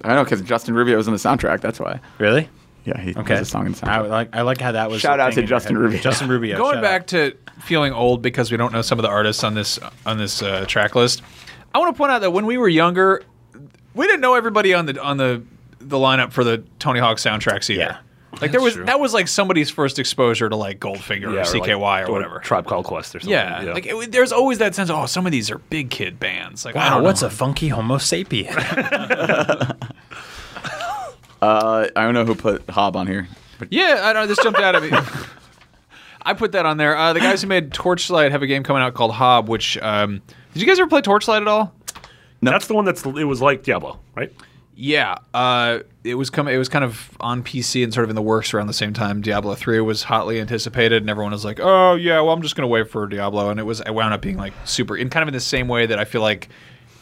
I know because Justin Rubio was in the soundtrack. That's why. Really? Yeah, he Okay. has a song in the I soundtrack. like I like how that was. Shout the out thing to in your Justin head. Rubio. Justin Rubio. Going shout back out. to feeling old because we don't know some of the artists on this on this uh, track list. I want to point out that when we were younger, we didn't know everybody on the on the the lineup for the Tony Hawk soundtracks either. Yeah. Like there was that was like somebody's first exposure to like Goldfinger Yeah, or like- CKY or whatever. Tribe Called Quest or something. Yeah, like it, there's always that sense. Of, oh, some of these are big kid bands. Like, I Wow, don't what's know. a funky Homo sapien? Uh, I don't know who put Hob on here. But Yeah, I know. This jumped out at me. I put that on there. Uh, the guys who made Torchlight have a game coming out called Hob. Which um, did you guys ever play Torchlight at all? That's the one that's it was like Diablo, right? Yeah, uh, it was com- It was kind of on PC and sort of in the works around the same time. Diablo three was hotly anticipated, and everyone was like, "Oh yeah, well I'm just gonna wait for Diablo." And it was. I wound up being like super, in kind of in the same way that I feel like.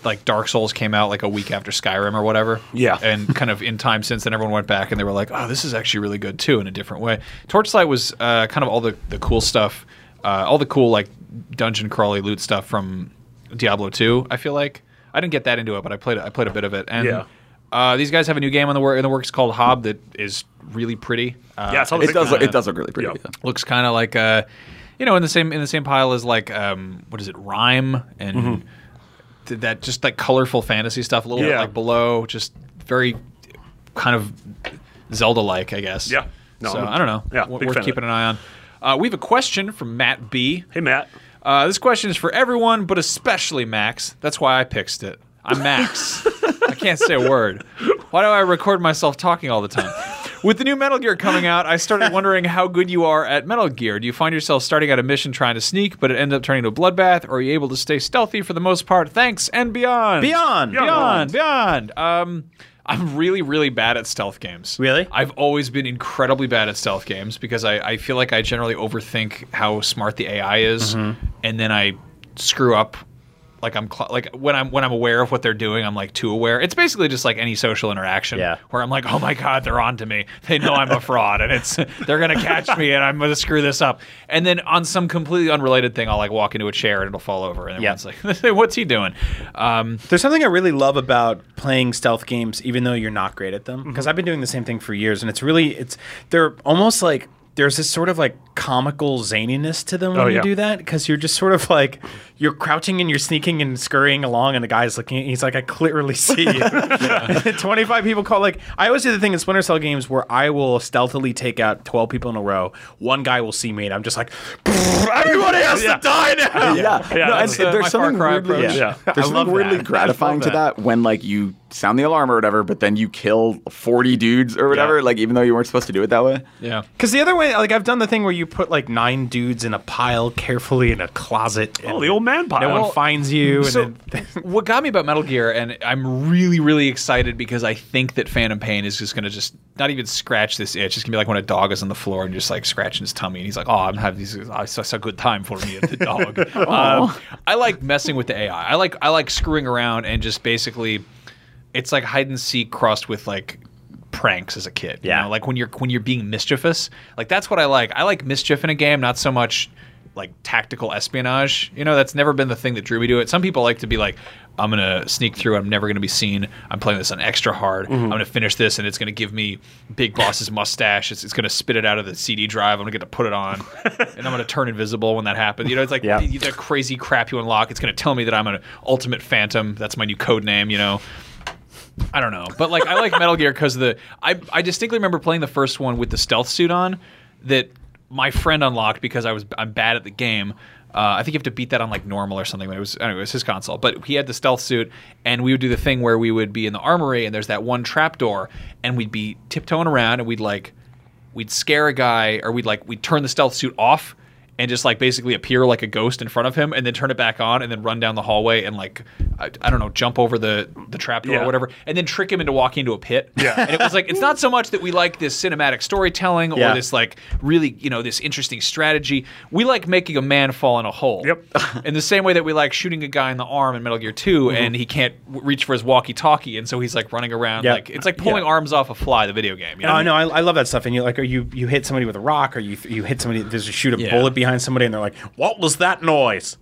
Like Dark Souls came out like a week after Skyrim or whatever. Yeah. And kind of in time since then, everyone went back and they were like, oh, this is actually really good too in a different way. Torchlight was uh, kind of all the, the cool stuff, uh, all the cool like dungeon crawly loot stuff from Diablo 2, I feel like. I didn't get that into it, but I played I played a bit of it. And Yeah. uh, these guys have a new game on the work in the works called Hob that is really pretty. Uh, yeah, it's all the it does. Look, pictures. it does look really pretty. Yeah. though. looks kind of like uh, you know in the same in the same pile as like um, what is it rhyme and th- that just like colorful fantasy stuff a little bit Mm-hmm. Yeah. like below just very kind of Zelda like I guess Yeah. No, so I'm- I don't know yeah, W- big fan worth of keeping it. an eye on uh, we have a question from Matt B Hey Matt, uh, this question is for everyone but especially Max that's why I pitched it I'm Max I can't say a word why do I record myself talking all the time? With the new Metal Gear coming out, I started wondering how good you are at Metal Gear. Do you find yourself starting out a mission trying to sneak, but it ends up turning to a bloodbath, or are you able to stay stealthy for the most part? Thanks and beyond. Beyond. Beyond. Beyond. Um, I'm really, really bad at stealth games. Really? I've always been incredibly bad at stealth games because I, I feel like I generally overthink how smart the AI is, Mm-hmm. and then I screw up. Like I'm cl- like when I'm when I'm aware of what they're doing, I'm like too aware. It's basically just like any social interaction Yeah. where I'm like, oh my god, they're on to me. They know I'm a fraud, and it's they're gonna catch me, and I'm gonna screw this up. And then on some completely unrelated thing, I'll like walk into a chair and it'll fall over, and Yeah. everyone's like, what's he doing? Um, There's something I really love about playing stealth games, even though you're not great at them, Mm-hmm. because I've been doing the same thing for years, and it's really it's they're almost like there's this sort of like comical zaniness to them when Oh, you yeah. do that because you're just sort of like you're crouching and you're sneaking and scurrying along and the guy's looking at you, he's like I clearly see you 25 people call like I always do the thing in Splinter Cell games where I will stealthily take out 12 people in a row one guy will see me and I'm just like everybody has Yeah. to die now Yeah, Yeah, no, that's, and uh, my there's something Far Cry weirdly, approach. Yeah. there's I love something weirdly that. gratifying I to love that. that when like you sound the alarm or whatever, but then you kill 40 dudes or whatever, like even though you weren't supposed to do it that way. yeah. Because the other way, like I've done the thing where you put like nine dudes in a pile carefully in a closet. and oh the old man pile. No one finds you. So, and then, what got me about Metal Gear, and I'm really, really excited because I think that Phantom Pain is just gonna just not even scratch this itch. It's gonna be like when a dog is on the floor and just like scratching his tummy, and he's like, "Oh, I'm having these. Oh, it's such a good time for me, the dog." um, I like messing with the AI. I like I like screwing around and just basically, it's like hide and seek crossed with like pranks as a kid. you Yeah. know? like when you're when you're being mischievous, like that's what I like. I like mischief in a game, not so much like tactical espionage. You know, that's never been the thing that drew me to it. Some people like to be like, I'm gonna sneak through. I'm never gonna be seen. I'm playing this on extra hard. I'm gonna finish this, and it's gonna give me Big Boss's mustache. It's, it's gonna spit it out of the CD drive. I'm gonna get to put it on, and I'm gonna turn invisible when that happens. You know, it's like Yeah. the, the crazy crap you unlock. It's gonna tell me that I'm an ultimate phantom. That's my new code name. You know. I don't know, but like I like Metal Gear because the I I distinctly remember playing the first one with the stealth suit on that my friend unlocked because I was I'm bad at the game. Uh, I think you have to beat that on like normal or something. but It was anyway, it was his console, but he had the stealth suit, and we would do the thing where we would be in the armory, and there's that one trap door, and we'd be tiptoeing around, and we'd like we'd scare a guy, or we'd like we'd turn the stealth suit off, and just like basically appear like a ghost in front of him, and then turn it back on, and then run down the hallway, and like I, I don't know, jump over the the trap door Yeah. or whatever, and then trick him into walking into a pit. Yeah, and it was like it's not so much that we like this cinematic storytelling or Yeah. this like really you know this interesting strategy. We like making a man fall in a hole. Yep. in the same way that we like shooting a guy in the arm in Metal Gear 2 and he can't w- reach for his walkie-talkie, and so he's like running around Yep. like it's like pulling Yeah. arms off a fly. The video game. You know? Oh no, I, I love that stuff. And you like, or you you hit somebody with a rock, or you you hit somebody. There's a shoot a Yeah. bullet behind somebody, and they're like, "What was that noise?"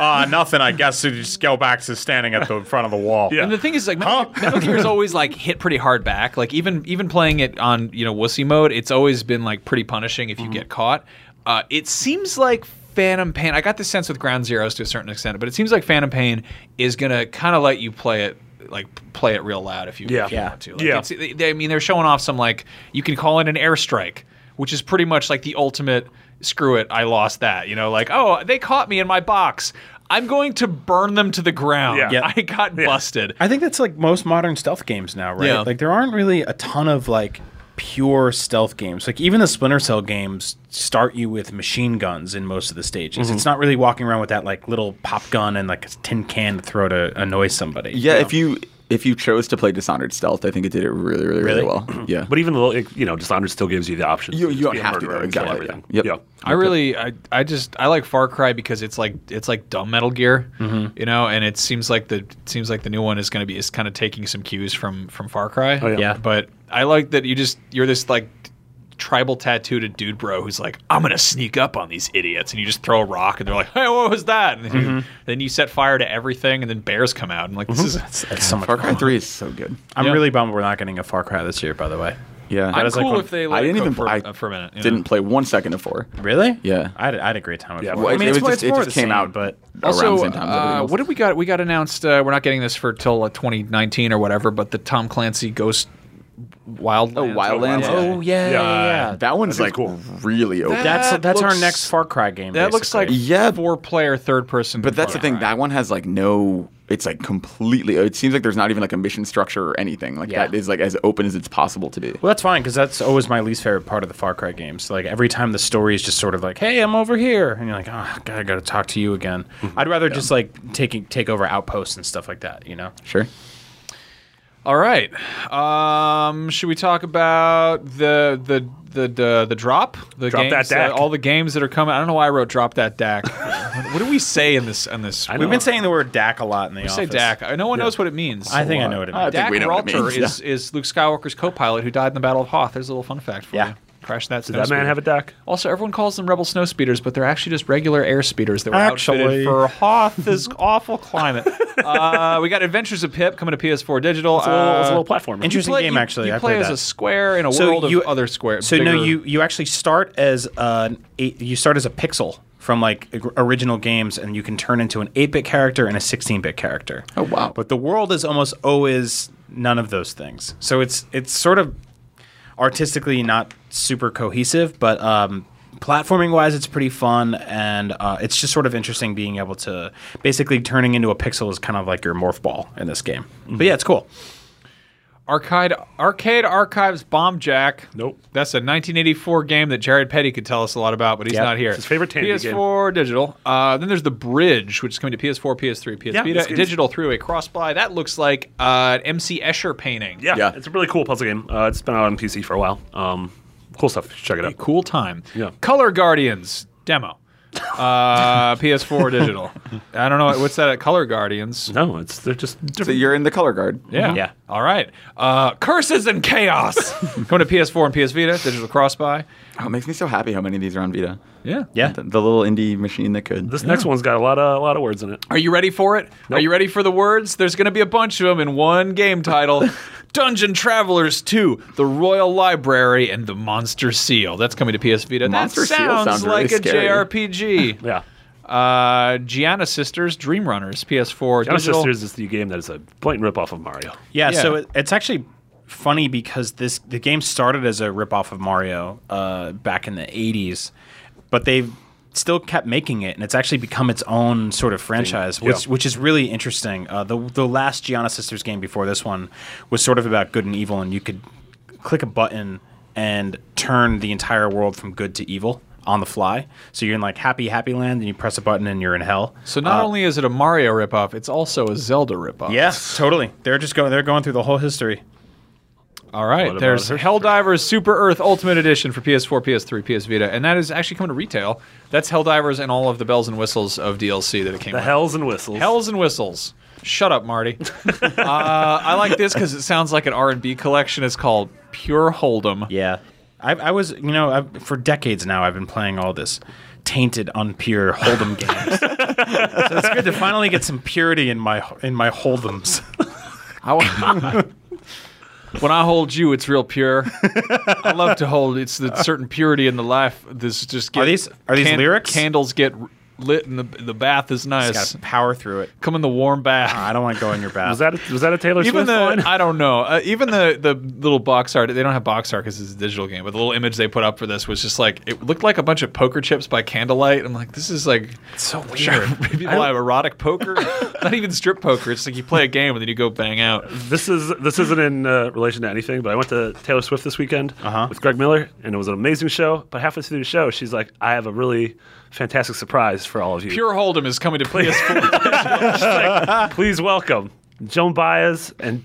Uh, nothing. I guess so just go back to standing at the front of the wall. Yeah. And the thing is, like Metal, Metal Gear is always like hit pretty hard back. Like even even playing it on you know wussy mode, it's always been like pretty punishing Mm-hmm. if you get caught. Uh, it seems like Phantom Pain. I got the sense with Ground Zeroes to a certain extent, but it seems like Phantom Pain is gonna kind of let you play it like play it real loud if you, Yeah. if you Yeah. want to. Like, Yeah. it's- they- they- I mean, they're showing off some like you can call it an airstrike, which is pretty much like the ultimate screw it. I lost that. You know, like oh they caught me in my box. I'm going to burn them to the ground. Yeah. Yeah. I got busted. I think that's like most modern stealth games now, right? Yeah. Like there aren't really a ton of like pure stealth games. Like even the Splinter Cell games start you with machine guns in most of the stages. Mm-hmm. It's not really walking around with that like little pop gun and like a tin can to throw to annoy somebody. Yeah, if you if you chose to play Dishonored Stealth, I think it did it really, really, really, Really? well. Yeah. But even though, like, you know, Dishonored still gives you the option. You- you just don't be a have to, murderer though, and kill exactly, yeah. everything. Yep. I really, I, I just, I like Far Cry because it's like, it's like dumb Metal Gear, Mm-hmm. you know, and it seems like the, it seems like the new one is going to be, is kind of taking some cues from, from Far Cry. Oh, yeah. Yeah. But I like that you just, you're this like tribal tattooed dude bro who's like, I'm going to sneak up on these idiots. And you just throw a rock and they're like, hey, what was that? And then, you, Mm-hmm. then you set fire to everything and then bears come out. And like, this is, That's so much Far Cry fun. Three is so good. I'm Yeah. really bummed we're not getting a Far Cry this year, by the way. Yeah. I'm like cool one- if they let I it didn't cook even for, I uh, for a minute. you know? Didn't play one second of four. Really? Yeah. I had, I had a great time with Yeah, Far well, Cry. Well, I mean, it's, it, was more- it's just, it more just of the came same, out but around Also, the same time. as everything uh, else. what did we got? We got announced. Uh, we're not getting this for till like 2019 or whatever. But the Tom Clancy Ghost Wildlands. Oh, Wildlands. Wildlands. Oh, oh yeah, yeah, yeah. yeah. That one's That like seems cool. really open. That's That that's our looks- next Far Cry game. That looks like basically. Yeah. four player third person. but that's the Far thing. Cry. That one has like no. It's like completely. It seems like there's not even like a mission structure or anything. Like Yeah. that is like as open as it's possible to be. Well, that's fine because that's always my least favorite part of the Far Cry games. Like every time the story is just sort of like, "Hey, I'm over here," and you're like, "Oh God, I got to talk to you again." I'd rather just like taking take over outposts and stuff like that. You know? Sure. All right. Um, should we talk about the the the the, the drop? The Drop games, that uh, DAC. all the games that are coming. I don't know why I wrote drop that DAC. what do we say in this? In this, I we don't We've been saying the word DAC a lot in the we say office. DAC. No one knows what it means. I think I know what it I means. think Dak we know what it Ralter is, means, is Luke Skywalker's co-pilot who died in the Battle of Hoth. There's a little fun fact for Yeah. you. Crash that. Does that man have a deck? Also, everyone calls them rebel snow speeders, but they're actually just regular air speeders that were Actually. outfitted for Hoth's awful climate. Uh, we got Adventures of Pip coming to PS4 Digital. Uh, Uh, It's a little, Oh, it's a little platform. Interesting play, game, you- actually. You I play played as that. a square in a world of other squares. So no, bigger- you you actually start as an eight, you start as a pixel from like or- original games, and you can turn into an eight bit character and a sixteen bit character. Oh, wow. But the world is almost always none of those things. So it's it's sort of artistically not super cohesive, but um, platforming wise, it's pretty fun, and uh, it's just sort of interesting being able to basically turning into a pixel is kind of like your morph ball in this game. But yeah, it's cool. Arcade Arcade Archives Bomb Jack. Nope. That's a 1984 game that Jared Petty could tell us a lot about, but he's Yep. not here. It's his favorite Tandy PS4 digital. Uh, then there's the Bridge, which is coming to PS4, PS3, PS Yeah, this Vita, game's- digital three-way cross-buy. That looks like uh, an MC Escher painting. Yeah, Yeah. it's a really cool puzzle game. Uh, it's been out on PC for a while. Um, cool stuff. You should Check it out. Cool time. Yeah. Color Guardians demo. Uh, PS4 digital. I don't know what's that at Color Guardians. No, it's they're just So different. you're in the color guard. Yeah. Yeah. All right. Uh, Curses and Chaos. Coming to PS4 and PS Vita, digital cross-buy. Oh, it makes me so happy how many of these are on Vita. Yeah. Yeah. The, the little indie machine that could. this next one's got a lot of a lot of words in it. Are you ready for it? Are you ready for the words? There's going to be a bunch of them in one game title Dungeon Travelers 2, The Royal Library, and The Monster Seal. That's coming to PS Vita. Monster that Seal sounds, sounds really like a scary. JRPG. Yeah. uh, Gianna Sisters, Dream Runners, PS4. Giant digital. Sisters is the game that is a blatant ripoff of Mario. Yeah, Yeah. so it, it's actually funny because this the game started as a ripoff of Mario uh, back in the '80s, but they've still kept making it, and it's actually become its own sort of franchise, which which is really interesting. Uh, the the last Gianna Sisters game before this one was sort of about good and evil, and you could click a button and turn the entire world from good to evil on the fly. So you're in like happy happy land, and you press a button, and you're in hell. So not only is it a Mario ripoff, it's also a Zelda ripoff. Yeah, totally. They're just going. They're going through the whole history. All right. about There's her? Helldivers Super Earth Ultimate Edition for PS4, PS3, PS Vita, and that is actually coming to retail. That's Helldivers and all of the bells and whistles of DLC that it came The with. hells and whistles. Hells and whistles. Shut up, Marty. uh, I like this because it sounds like an R and B collection. It's called Pure Hold'em. Yeah, I, I was, you know, I've, for decades now, I've been playing all this tainted, unpure hold'em games. so it's good to finally get some purity in my in my hold'ems. When I hold you, it's real pure. I love to hold. It's the certain purity in the life. This just get, Are these- are these lyrics? Candles get lit, and the the bath is Got nice. to power through it. Come in the warm bath. I don't want to go in your bath. Was that a, was that a Taylor even Swift line? the I don't know. Uh, even the the little box art. They don't have box art because it's a digital game. But the little image they put up for this was just like it looked like a bunch of poker chips by candlelight. I'm like, this is like so weird. People have erotic poker, not even strip poker. It's like you play a game and then you go bang out. this is this isn't in uh, relation to anything, but I went to Taylor Swift this weekend with Greg Miller, and it was an amazing show. But halfway through the show, she's like, "I have a really fantastic surprise for all of you. Pure Hold'em is coming to PS4. Please welcome Joan Baez and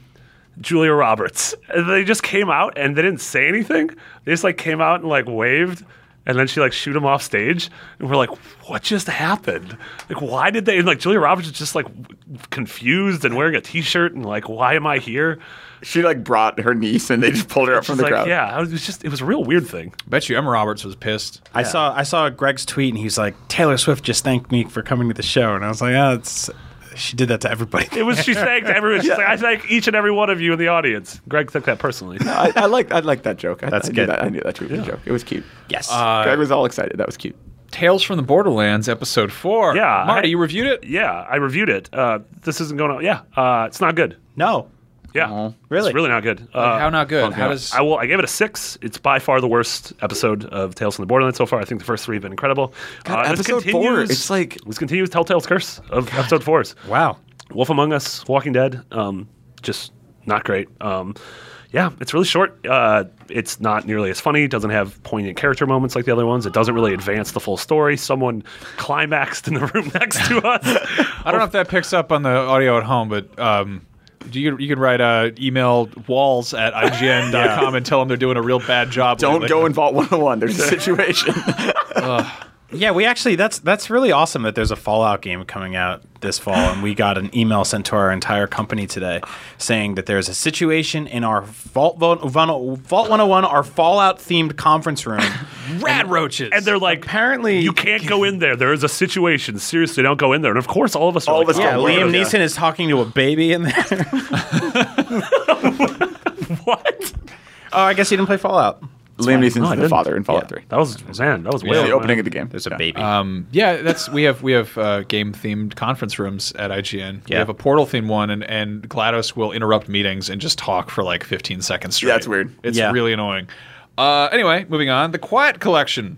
Julia Roberts." And they just came out and they didn't say anything. They just like came out and like waved. And then she like shoot him off stage, and we're like, "What just happened? Like, why did they?" And like Julia Roberts is just like w- confused and wearing a T-shirt, and like, "Why am I here?" She like brought her niece and they just pulled her up from She's the like, crowd. "Yeah, I was- it was just it was a real weird thing." Bet you Emma Roberts was pissed. I saw I saw Greg's tweet and he's like, Taylor Swift just thanked me for coming to the show, and I was like, oh, it's she did that to everybody. It was she thanked everyone. She's like, I thank each and every one of you in the audience. Greg took that personally. I, I like I like that joke. I, That's I Knew good. that, I knew that tweet was a joke. It was cute. Yes. Uh, Greg was all excited. That was cute. Tales from the Borderlands, episode four. Yeah, I- Marty, Oh. you reviewed it. yeah, I reviewed it. Uh, this isn't going on. Yeah, uh, it's not good. no. Yeah, Really? it's really not good. Uh, How not good? How does I will. I gave it a six. It's by far the worst episode of Tales from the Borderlands so far. I think the first three have been incredible. God, uh, this episode four, continues- it's like- this continues Telltale's curse of episode fours. Wow. Wolf Among Us, Walking Dead, um, just not great. Um, yeah, it's really short. Uh, it's not nearly as funny. It doesn't have poignant character moments like the other ones. It doesn't really advance the full story. Someone climaxed in the room next to us. I don't know if that picks up on the audio at home, but um, do you you can write uh, email walls at ign.com and tell them they're doing a real bad job. Don't lately. go in Vault 101. There's a situation. Yeah, we actually that's that's really awesome that there's a Fallout game coming out this fall, and we got an email sent to our entire company today saying that there's a situation in our Vault Vault 101, our Fallout themed conference room. Oh, Rad roaches. and they're like, Apparently- you can't go in there. There is a situation. Seriously, don't go in there. And of course, all of us. Are All like, of us "Oh, Yeah, Lord, Liam yeah. Neeson is talking to a baby in there. What? oh, I guess you didn't play Fallout. Liam Neeson's I the didn't. father in Fallout Yeah. 3. That was man. That was way It's out of the my- opening of the game. There's a Yeah. baby. Um, yeah, that's we have we have uh, game themed conference rooms at IGN. We Yeah. have a portal themed one, and, and Glados will interrupt meetings and just talk for like 15 seconds straight. Yeah, it's weird. It's Yeah. really annoying. Uh, anyway, moving on. The Quiet Collection,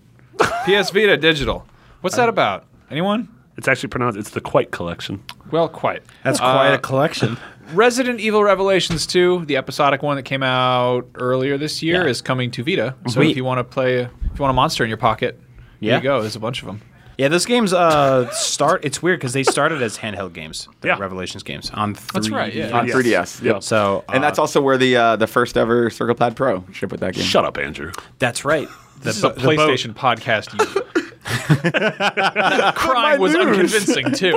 PS Vita digital. What's Um, that about? Anyone? It's actually pronounced. It's the Quite Collection. Well, quiet. That's quite a collection. Resident Evil Revelations 2, the episodic one that came out earlier this year, Yeah. is coming to Vita. So Sweet. if you want to play, if you want a monster in your pocket, here Yeah. you go. There's a bunch of them. Yeah, those games uh, start. It's weird because they started as handheld games, the Yeah. Revelations games on three. right, yeah. On Yes. 3DS. Yeah. So uh, And that's also where the uh, the first ever Circle Plaid Pro shipped with that game. Shut up, Andrew. that's right. The This is a bo- the boat- PlayStation podcast. You. that crying was unconvincing too.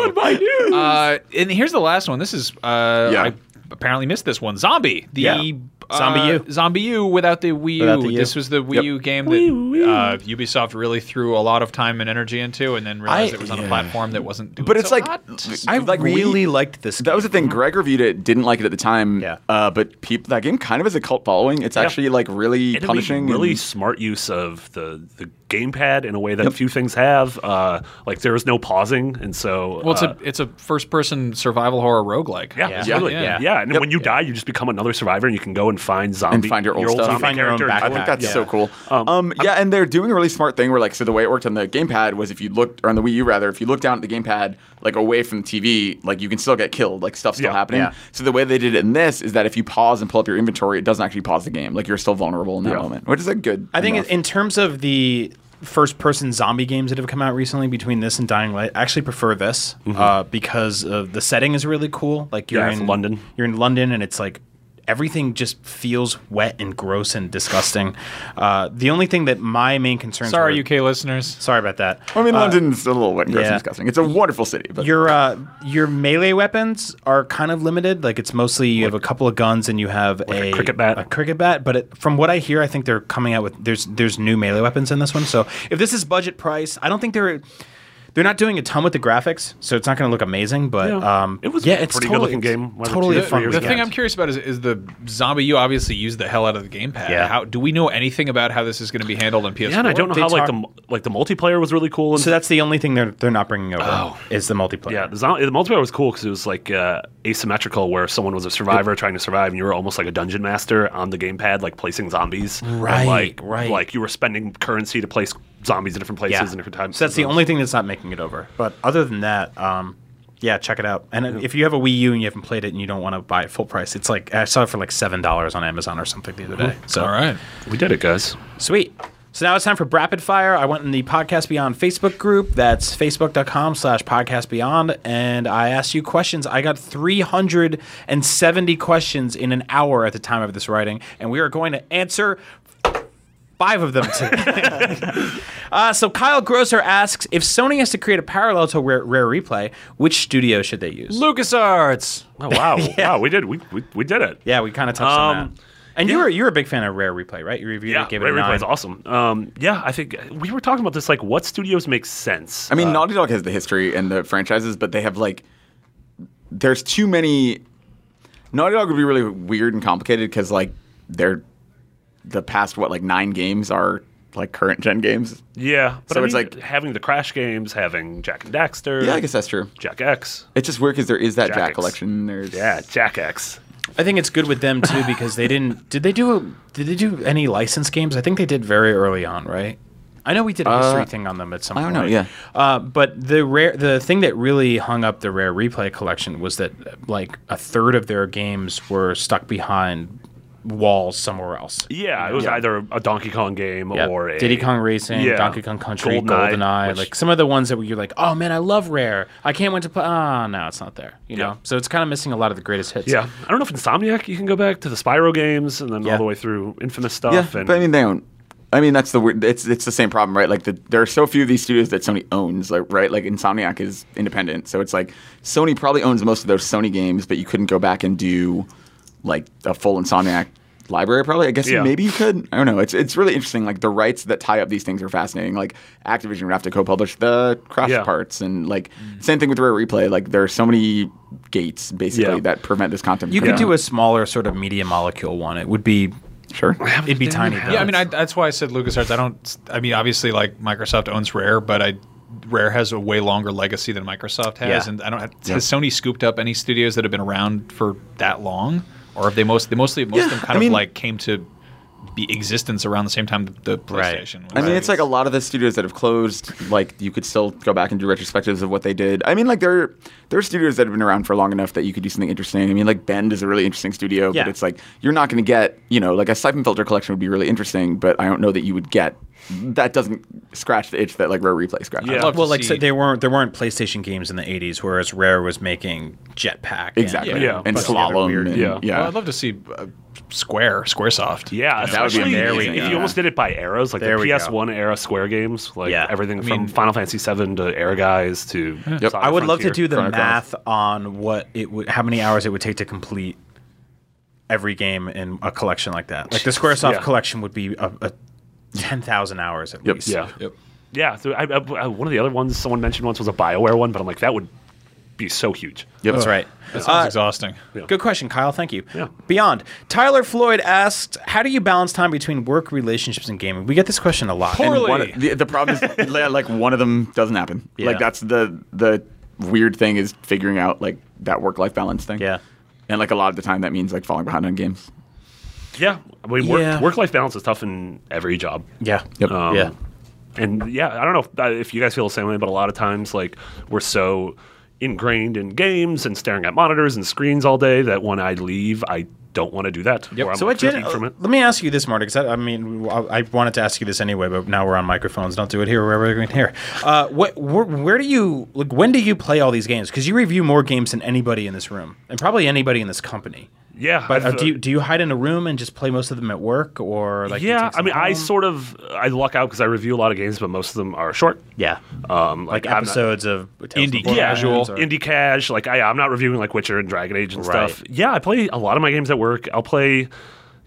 Uh, and here's the last one. This is uh, Yeah. I apparently missed this one. Zombie, the Yeah. uh, Zombie U. Zombie U without the Wii U. Without the U. This was the Wii Yep. U game that uh, Ubisoft really threw a lot of time and energy into, and then realized I- it was on a yeah. platform that wasn't. Doing But it's so like, hot. I like we- really liked this. That was the thing. Greg reviewed it, didn't like it at the time. Yeah. Uh, but peop that game kind of has a cult following. It's actually like really It'd be punishing. Really and- smart use of the the gamepad in a way that few things have. Uh, like there is no pausing, and so Well, it's uh, a it's a first person survival horror roguelike. yeah, Yeah. Totally. Yeah. yeah, Yeah. And then when you die, you just become another survivor, and you can go and find zombie find your old stuff. zombie Find your own character and I backpack. think Pack, that's yeah. so cool. Um, yeah, and they're doing a really smart thing where, like, so the way it worked on the gamepad was if you looked, or on the Wii U rather, if you look down at the gamepad, like away from the TV, like you can still get killed, like stuff's still Yeah. happening. Yeah. So the way they did it in this is that if you pause and pull up your inventory, it doesn't actually pause the game. Like you're still vulnerable in that moment, which is a good. I think enough. in terms of the first person zombie games that have come out recently between this and Dying Light, I actually prefer this uh, because of the setting is really cool. Like you're Mm-hmm. Yeah, it's in London. You're in London and it's like everything just feels wet and gross and disgusting. Uh, the only thing that my main concerns Sorry, were- UK listeners. Sorry about that. I Uh, mean, London's a little wet and gross yeah. and disgusting. It's a wonderful city, but Your uh, your melee weapons are kind of limited. Like it's mostly you have a couple of guns and you have a, cricket bat. A cricket bat. But it, from what I hear, I think they're coming out with there's there's new melee weapons in this one. So if this is budget price, I don't think they're they're not doing a ton with the graphics, so it's not going to look amazing. But Yeah. um, It was a yeah, it's pretty totally, good-looking game, It's wasn't it, totally two a or three fun years The ago? thing weekend. I'm curious about is is the zombie. You obviously used the hell out of the gamepad. Yeah. How do we know anything about how this is going to be handled on PS4? Yeah, and I don't know They how like talk- the mu- like the multiplayer was really cool. And so that's the only thing they're they're not bringing over Oh. is the multiplayer. yeah, the, zom- the multiplayer was cool because it was like uh, asymmetrical, where someone was a survivor trying to survive, and you were almost like a dungeon master on the gamepad, like placing zombies. And, Right, like, right. Like you were spending currency to place zombies in different places yeah. and different times. So that's the only thing that's not making it over. But other than that, um, yeah, check it out. And if you have a Wii U and you haven't played it and you don't want to buy it full price, it's like I saw it for like seven dollars on Amazon or something the other day. So All right. we did it, guys. sweet. So now it's time for rapid fire. I went in the Podcast Beyond Facebook group. That's facebook.com slash podcast beyond. And I asked you questions. I got 370 questions in an hour at the time of this writing. And we are going to answer five of them today. Uh, so Kyle Grosser asks if Sony has to create a parallel to Rare, Rare Replay, which studio should they use? LucasArts. Oh, wow, wow, we did, we, we, we did it. Yeah, we kind of touched on Um, that. And you were you were a big fan of Rare Replay, right? You reviewed Yeah, it, gave Ray it a Replay nine. is awesome. Um, yeah, I think we were talking about this. Like, what studios make sense? I mean, Naughty Dog has the history and the franchises, but they have like there's too many. Naughty Dog would be really weird and complicated because like they're the past what like nine games are like current gen games. yeah, but so I it's mean, like- having the Crash games, having Jack and Daxter. Yeah, I guess that's true. Jack X. It's just weird because there is that Jack Jackets. collection. There's Yeah, Jack X. I think it's good with them too because they didn't. Did they do? A, did they do any license games? I think they did very early on, right? I know we did Uh, a history thing on them at some I point. don't know, yeah. Uh, but the rare, the thing that really hung up the rare replay collection was that like a third of their games were stuck behind walls somewhere else. Yeah, it was either a Donkey Kong game Yeah. or a Diddy Kong Racing, Yeah. Donkey Kong Country, GoldenEye, GoldenEye, which- like some of the ones that you're like, oh man, I love Rare. I can't wait to play. Ah, no, it's not there. You Yeah. know, so it's kind of missing a lot of the greatest hits. Yeah, I don't know if Insomniac. You can go back to the Spyro games and then Yeah. all the way through Infamous yeah. stuff. and But I mean, they don't. I mean, that's the weird. It's it's the same problem, right? Like the, there are so few of these studios that Sony owns, like right? Like Insomniac is independent, so it's like Sony probably owns most of those Sony games, but you couldn't go back and do like a full Insomniac library. Probably, I guess Yeah. maybe you could. I don't know. It's it's really interesting. Like the rights that tie up these things are fascinating. Like Activision would have to co-publish the Crash Yeah. Mm. parts, and like same thing with Rare Replay. Like there are so many gates basically Yeah. that prevent this content. You from could coming do out. a smaller sort of media molecule one. It would be sure. it'd be tiny. Yeah, I mean, I, that's why I said LucasArts. I don't. I mean, obviously, like Microsoft owns Rare, but I Rare has a way longer legacy than Microsoft has, Yeah. and I don't. Has Sony scooped up any studios that have been around for that long, or have they most? They mostly most of them Yeah, kind I of mean- like came to be existence around the same time the Right. PlayStation. Was I mean, it's like a lot of the studios that have closed. Like, you could still go back and do retrospectives of what they did. I mean, like there there are studios that have been around for long enough that you could do something interesting. I mean, like Bend is a really interesting studio, Yeah. but it's like you're not going to get you know like a siphon filter collection would be really interesting, but I don't know that you would get that doesn't scratch the itch that like Rare Replay scratches. Yeah. I'd love well, to like see- so they weren't there weren't PlayStation games in the '80s, whereas Rare was making Jetpack. and- exactly. Yeah. Yeah. and Bunch of other slalom. weird- and- Yeah. yeah. Well, I'd love to see uh, Square, SquareSoft. yeah, That would be especially amazing, if yeah. you almost did it by eras, like There the we go. PS1 era Square games, like Yeah. everything I mean- from Final Fantasy VII to Air Guys to. Saga I would love to Frontier. do the Chrono Cross. math on what it would, how many hours it would take to complete every game in a collection like that. Like the SquareSoft Yeah. collection would be a, a ten thousand hours at least. Yeah. Yep. Yeah, so I, I, I- one of the other ones someone mentioned once was a Bioware one, but I'm like that would be so huge. Yep. That's right. That sounds Uh, exhausting. Good question, Kyle. Thank you. Yeah. Beyond. Tyler Floyd asked, "How do you balance time between work, relationships, and gaming?" We get this question a lot. And Poorly. one of- the, the problem is li- like one of them doesn't happen. Yeah. Like that's the the weird thing is figuring out like that work life balance thing. Yeah. And like a lot of the time that means like falling behind on games. Yeah, I mean, work, Yeah. work-life balance is tough in every job. Yeah. Yep. Um, Yeah. And yeah, I don't know if, uh, if you guys feel the same way, but a lot of times, like, we're so ingrained in games and staring at monitors and screens all day that when I leave, I don't want to do that. Yep. I'm So like, what? Gen- fatigued from it. let me ask you this, Marty, because I, I mean, I, I wanted to ask you this anyway, but now we're on microphones. Don't do it here, wherever you can hear. Uh, what? Where, where do you like? When do you play all these games? Because you review more games than anybody in this room, and probably anybody in this company. Yeah, But uh, I've, do you do you hide in a room and just play most of them at work, or like? you yeah, take I some mean, I home? sort of I luck out because I review a lot of games, but most of them are short. yeah, Um, like I'm not- episodes of Tales Indie from the yeah, casual. Borderlands or- indie cash. Like I, I'm not reviewing like Witcher and Dragon Age and Right. stuff. Yeah, I play a lot of my games at work. I'll play,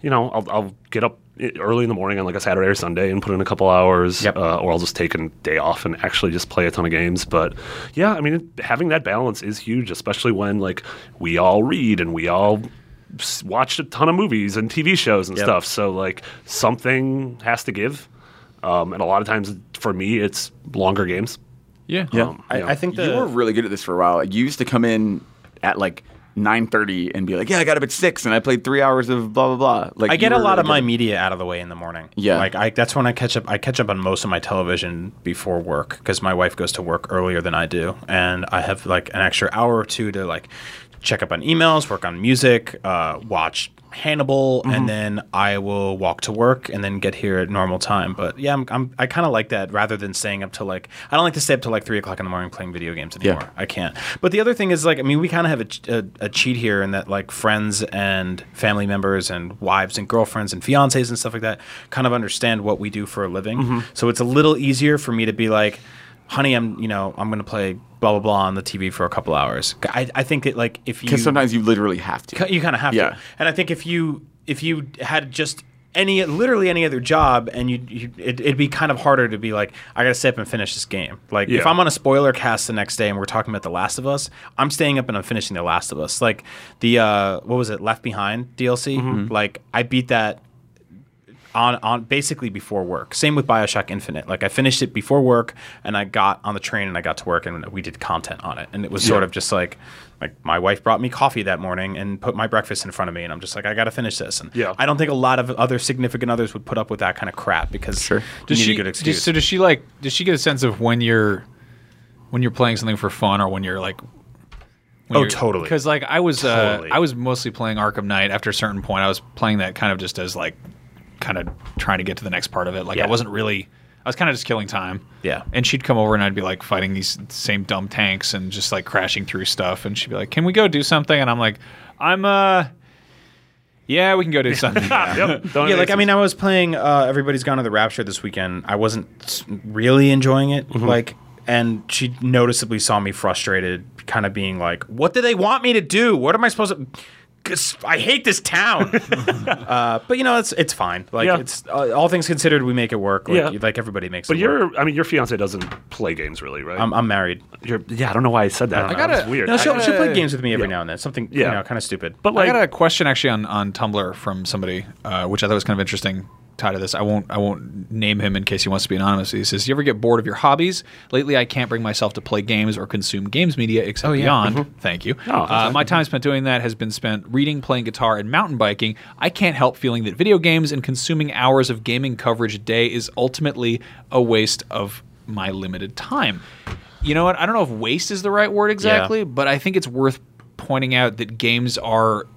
you know, I'll, I'll get up i- early in the morning on like a Saturday or Sunday and put in a couple hours, Yep. uh, or I'll just take a day off and actually just play a ton of games. But yeah, I mean, it- having that balance is huge, especially when like we all read and we all s- watched a ton of movies and TV shows and Yep. stuff. So like something has to give. Um, and a lot of times for me, it's longer games. Yeah. Um, I, yeah. I think the, you were really good at this for a while. You used to come in at like 9:30 and be like, "Yeah, I got up at 6 and I played 3 hours of blah blah blah." Like I you get a were lot really of my good. media out of the way in the morning. Yeah. like I, that's when I catch up. I catch up on most of my television before work because my wife goes to work earlier than I do, and I have like an extra hour or two to like check up on emails, work on music, uh, watch Hannibal, and then I will walk to work and then get here at normal time. But yeah, I'm, I'm I kind of like that rather than staying up till like I don't like to stay up till like three o'clock in the morning playing video games anymore. I can't. But the other thing is like I mean we kind of have a ch- a, a, cheat here in that like friends and family members and wives and girlfriends and fiancés and stuff like that kind of understand what we do for a living. So it's a little easier for me to be like honey I'm you know I'm going to play blah blah blah on the TV for a couple hours. I, I think that like if you Cuz sometimes you literally have to. you kind of have Yeah. to. And I think if you if you had just any literally any other job, and you, you it, it'd be kind of harder to be like, I gotta stay up and finish this game. Like if Yeah. I'm on a spoiler cast the next day and we're talking about The Last of Us, I'm staying up and I'm finishing The Last of Us. Like the uh, what was it, Left Behind DLC? Mm-hmm. Like I beat that on on basically before work. Same with BioShock Infinite. Like I finished it before work, and I got on the train and I got to work, and we did content on it, and it was sort of just like like my wife brought me coffee that morning and put my breakfast in front of me, and I'm just like I got to finish this. And Yeah. I don't think a lot of other significant others would put up with that kind of crap because you Does need she? a good does- excuse. so does she like? Does she get a sense of when you're when you're playing something for fun or when you're like? when Oh, you're- totally. Because like I was, Totally. uh, I was mostly playing Arkham Knight. After a certain point, I was playing that kind of just as like, kind of trying to get to the next part of it. Like Yeah. I wasn't really. I was kind of just killing time. Yeah. And she'd come over and I'd be like fighting these same dumb tanks and just like crashing through stuff. And she'd be like, "Can we go do something?" And I'm like, "I'm uh, yeah, we can go do something." Yep. yeah, like I mean, I was playing uh, Everybody's Gone to the Rapture this weekend. I wasn't s- really enjoying it, like, and she noticeably saw me frustrated, kind of being like, "What do they want me to do? What am I supposed to?" 'Cause I hate this town, uh, but you know it's it's fine. Like Yeah. it's uh, all things considered, we make it work. Like, Yeah. like everybody makes. But it work. your, I mean, your fiance doesn't play games really, right? I'm, I'm married. You're, yeah, I don't know why I said that. Um, I gotta- weird. No, she'll, gotta- she'll play games with me every yeah. now and then. Something Yeah. you know, kind of stupid. but like, I got a question actually on, on Tumblr from somebody, uh, which I thought was kind of interesting. Tied to this, I won't I won't name him in case he wants to be anonymous. He says, "You ever get bored of your hobbies? Lately, I can't bring myself to play games or consume games media except Beyond. Thank you. Oh, Uh, my time spent doing that has been spent reading, playing guitar, and mountain biking. I can't help feeling that video games and consuming hours of gaming coverage a day is ultimately a waste of my limited time. You know what? I don't know if waste is the right word exactly, but I think it's worth pointing out that games are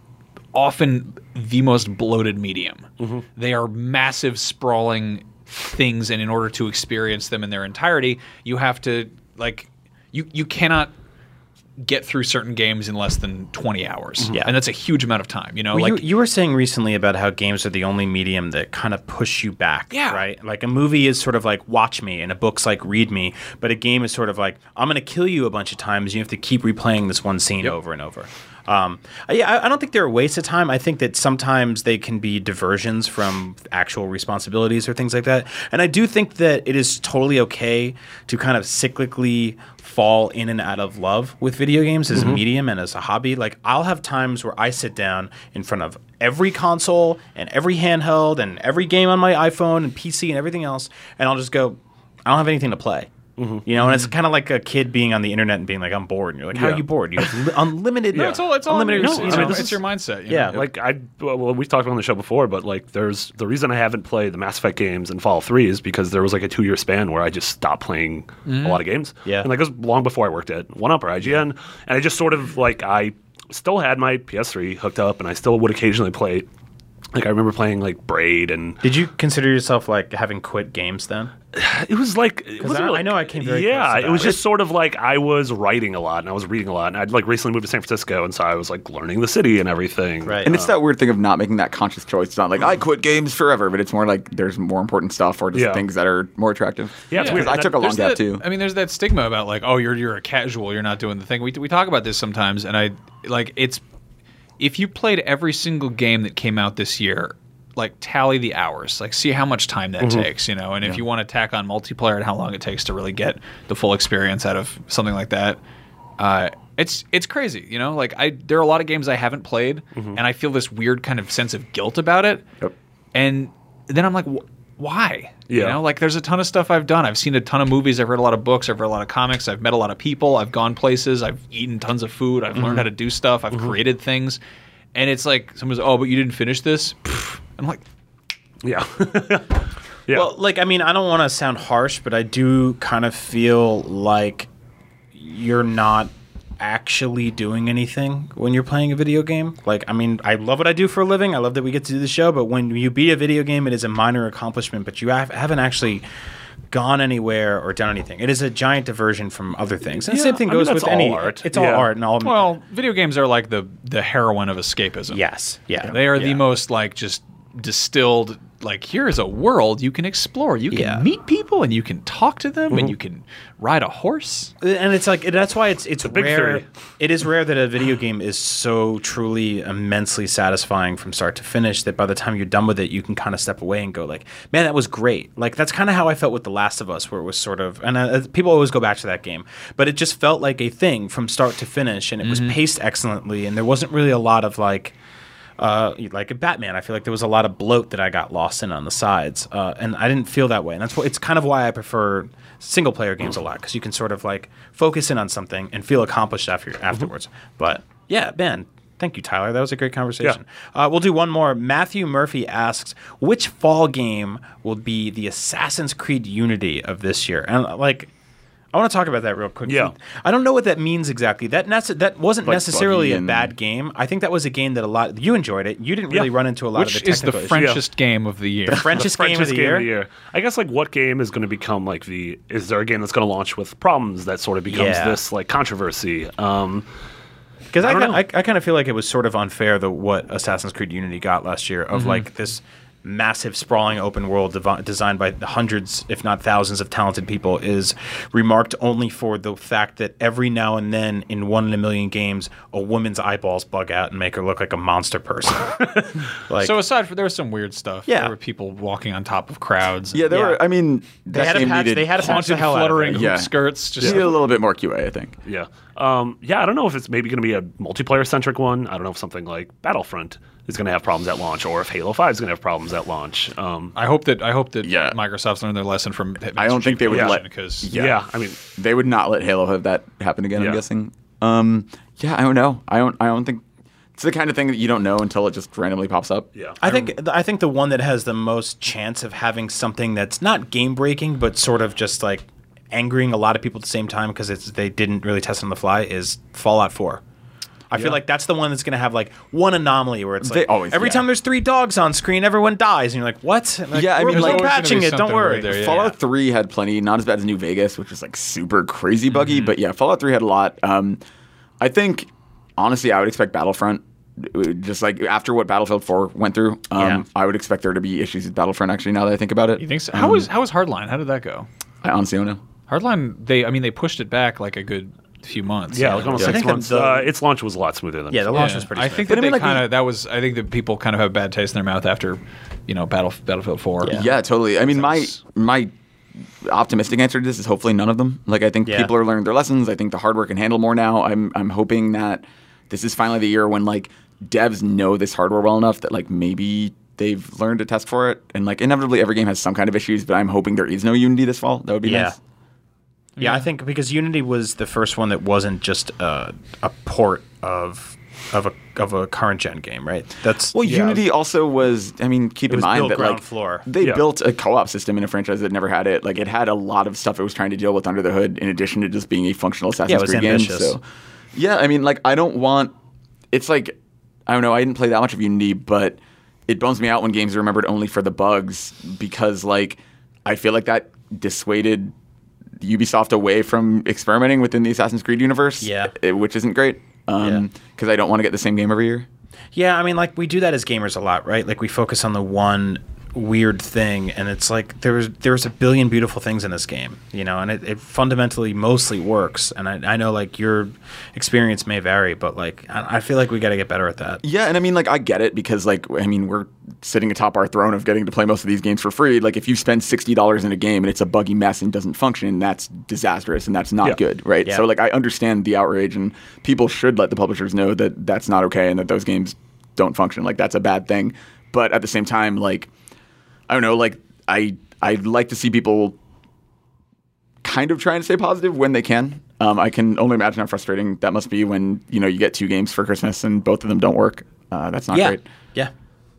often the most bloated medium. Mm-hmm. They are massive, sprawling things, and in order to experience them in their entirety, you have to like you you cannot get through certain games in less than 20 hours Yeah. and that's a huge amount of time you know Mm-hmm. Well, like you, you were saying recently about how games are the only medium that kind of push you back, Yeah. right? Like a movie is sort of like watch me, and a book's like read me, but a game is sort of like I'm going to kill you a bunch of times, and you have to keep replaying this one scene over and over. Um, I- yeah, I, I don't think they're a waste of time. I think that sometimes they can be diversions from actual responsibilities or things like that. And I do think that it is totally okay to kind of cyclically fall in and out of love with video games as Mm-hmm. a medium and as a hobby. Like I'll have times where I sit down in front of every console and every handheld and every game on my iPhone and PC and everything else, and I'll just go, I don't have anything to play. Mm-hmm. You know, and it's kind of like a kid being on the internet and being like, "I'm bored," and you're like, "How are Yeah. you bored? You have li- unlimited. No, it's all it's all unlimited. limited. No, I you mean, know, this it's is- your mindset. you yeah, know? Like I well, we've talked on the show before, but like there's the reason I haven't played the Mass Effect games and Fallout Three is because there was like a two year span where I just stopped playing Mm-hmm. a lot of games. Yeah. and like it was long before I worked at One Up or IGN, and I just sort of like I still had my PS3 hooked up, and I still would occasionally play. Like I remember playing like Braid, and Did you consider yourself like having quit games then? it was like it wasn't I- really- I know I came very yeah, close to it was that. just sort of like I was writing a lot and I was reading a lot, and I'd like recently moved to San Francisco, and so I was like learning the city and everything. Right. And it's that weird thing of not making that conscious choice. It's not like I quit games forever, but it's more like there's more important stuff or just Yeah. things that are more attractive. Yeah, it's because weird. I took a long There's gap that, too. I mean, there's that stigma about like, oh, you're you're a casual, you're not doing the thing. We we talk about this sometimes, and I like it's if you played every single game that came out this year, like tally the hours, like see how much time Mm-hmm. that takes, you know, and if you want to tack on multiplayer and how long it takes to really get the full experience out of something like that, uh, it's it's crazy, you know. Like I, there are a lot of games I haven't played, and I feel this weird kind of sense of guilt about it. Mm-hmm. Yep. And then I'm like, wh- why? You Yeah. know, like there's a ton of stuff I've done. I've seen a ton of movies. I've read a lot of books. I've read a lot of comics. I've met a lot of people. I've gone places. I've eaten tons of food. I've learned how to do stuff. I've created things. And it's like someone's, oh, but you didn't finish this. Pfft. I'm like, Yeah. yeah. Well, like I mean, I don't want to sound harsh, but I do kind of feel like you're not actually doing anything when you're playing a video game. Like I mean, I love what I do for a living. I love that we get to do the show, but when you beat a video game, it is a minor accomplishment, but you have, haven't actually gone anywhere or done anything. It is a giant diversion from other things. And the Yeah, same thing I mean, goes that's with all any art. It's all Yeah. art and all well, video games are like the the heroine of escapism. yes. Yeah. They are the Yeah. most like just distilled. Like here is a world you can explore. You can Yeah. meet people and you can talk to them and you can ride a horse. and it's like that's why it's it's big rare. three. It is rare that a video game is so truly immensely satisfying from start to finish that by the time you're done with it, you can kind of step away and go like, "Man, that was great." Like that's kind of how I felt with The Last of Us, where it was sort of and uh, people always go back to that game, but it just felt like a thing from start to finish, and it was paced excellently, and there wasn't really a lot of like uh, like a Batman. I feel like there was a lot of bloat that I got lost in on the sides, uh, and I didn't feel that way. And that's what it's kind of why I prefer single player games a lot because you can sort of like focus in on something and feel accomplished after afterwards. But yeah, Ben. Thank you, Tyler. That was a great conversation. Uh, we'll do one more. Matthew Murphy asks, which fall game will be the Assassin's Creed Unity of this year? And uh, like, I want to talk about that real quick. Yeah. I don't know what that means exactly. That nece- that wasn't Like necessarily buggy a and- bad game. I think that was a game that a lot you enjoyed it. You didn't really Yeah. run into a lot Which of the is the technical issues. Frenchest game of the year. Frenchest, game, of the year. I guess like what game is going to become like the is there a game that's going to launch with problems that sort of becomes Yeah. this like controversy? Um, Because I, I don't kinda- know. I, I kind of feel like it was sort of unfair the what Assassin's Creed Unity got last year of like this massive sprawling open world devi- designed by the hundreds if not thousands of talented people is remarked only for the fact that every now and then in one in a million games a woman's eyeballs bug out and make her look like a monster person like so aside from there was some weird stuff. Yeah. there were people walking on top of crowds. yeah, there yeah. were. I mean, they that had a game patch needed, they had a patch the haunted, hell out of it. fluttering hoop Yeah. skirts. Just needed a little bit more QA, I think. yeah, um, yeah. I don't know if it's maybe going to be a multiplayer centric one. I don't know if something like Battlefront is going to have problems at launch, or if Halo Five is going to have problems at launch. Um, I hope that I hope that Yeah. Microsoft's learned their lesson from. Hitman's I don't think they would Chief let- because yeah. I mean, They would not let Halo have that happen again. Yeah. I'm guessing. Um, yeah, I don't know. I don't. I don't think it's the kind of thing that you don't know until it just randomly pops up. yeah. I think th- I think the one that has the most chance of having something that's not game breaking, but sort of just like angering a lot of people at the same time because it's they didn't really test on the fly is Fallout Four. I feel like that's the one that's going to have like one anomaly where it's They like always- every yeah. time there's three dogs on screen, everyone dies, and you're like, what? And, like, Yeah, I we're mean, we're like- There's always gonna patching be it. Don't something worry. weird there, yeah. Fallout 3 had plenty, not as bad as New Vegas, which was like super crazy buggy, but yeah, Fallout 3 had a lot. Um, I think, honestly, I would expect Battlefront, uh, just like after what Battlefield 4 went through, um, Yeah. I would expect there to be issues with Battlefront, actually, now that I think about it. You think so? How was how was Hardline? How did that go? I honestly don't know. Hardline, they I mean they pushed it back like a good few months. Yeah, you like know? almost I six think that months. the- uh, its launch was a lot smoother than Yeah, the expected. launch Yeah. was pretty. I smooth. think But that I mean, they like, kind the- of that was. I think that people kind of have a bad taste in their mouth after, you know, Battle, Battlefield Four. Yeah. Yeah, totally. I mean, my my optimistic answer to this is hopefully none of them. Like, I think Yeah. people are learning their lessons. I think the hardware can handle more now. I'm I'm hoping that this is finally the year when like devs know this hardware well enough that like maybe they've learned to test for it. And like inevitably, every game has some kind of issues. But I'm hoping there is no Unity this fall. That would be Yeah. nice. Yeah, I think because Unity was the first one that wasn't just a, a port of of a of a current gen game, right? That's Well, yeah. Unity also was. I mean, keep in was mind built that ground like floor. they Yeah. built a co-op system in a franchise that never had it. Like it had a lot of stuff it was trying to deal with under the hood, in addition to just being a functional Assassin's was Creed ambitious. game. So, yeah, I mean, like I don't want. It's like I don't know. I didn't play that much of Unity, but it bums me out when games are remembered only for the bugs because like I feel like that dissuaded Ubisoft away from experimenting within the Assassin's Creed universe. Yeah. eh, which isn't great. Um, Yeah. because I don't want to get the same game every year. Yeah, I mean, like we do that as gamers a lot, right? Like we focus on the one weird thing, and it's like there's there's a billion beautiful things in this game, you know, and it, it fundamentally mostly works. And I, I know like your experience may vary, but like I, I feel like we got to get better at that. Yeah, and I mean, like, I get it because, like, I mean, we're sitting atop our throne of getting to play most of these games for free. Like, if you spend sixty dollars in a game and it's a buggy mess and doesn't function, that's disastrous and that's not Yeah. good, right? Yeah. So, like, I understand the outrage, and people should let the publishers know that that's not okay and that those games don't function. Like, that's a bad thing. But at the same time, like, I don't know, like, I I'd like to see people kind of trying to stay positive when they can. Um, I can only imagine how frustrating that must be when you know you get two games for Christmas and both of them don't work. Uh, that's not great. yeah,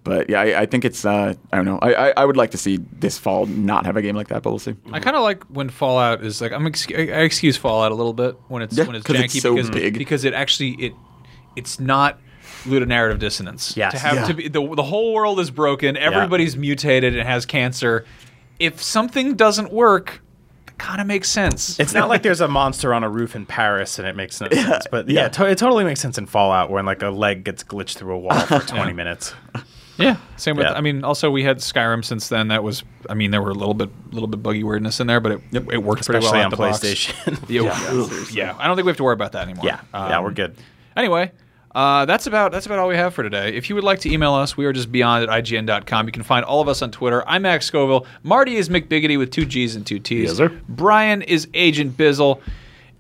But yeah, I, I think it's uh, I don't know. I, I I would like to see this fall not have a game like that, but we'll see. I kind of like when Fallout is like I'm ex- I I excuse Fallout a little bit when it's Yeah, when it's 'cause janky it's so because big. because it actually it it's not ludonarrative dissonance. Yes. to have Yeah. to be the, the whole world is broken. Everybody's mutated and has cancer. If something doesn't work, it kind of makes sense. It's not like there's a monster on a roof in Paris and it makes no sense. But yeah, to- it totally makes sense in Fallout when like a leg gets glitched through a wall for 20 minutes. Yeah, same with. Yeah. I mean, also we had Skyrim since then. That was, I mean, there were a little bit, little bit buggy weirdness in there, but it it worked Especially pretty well on out the box. PlayStation. Yeah, yeah, I don't think we have to worry about that anymore. yeah, yeah, Um, we're good. Anyway, uh, that's about that's about all we have for today. If you would like to email us, we are just beyond at ign.com. You can find all of us on Twitter. I'm Max Scoville. Marty is McBiggity with two G's and two T's. Yes, sir. Brian is Agent Bizzle.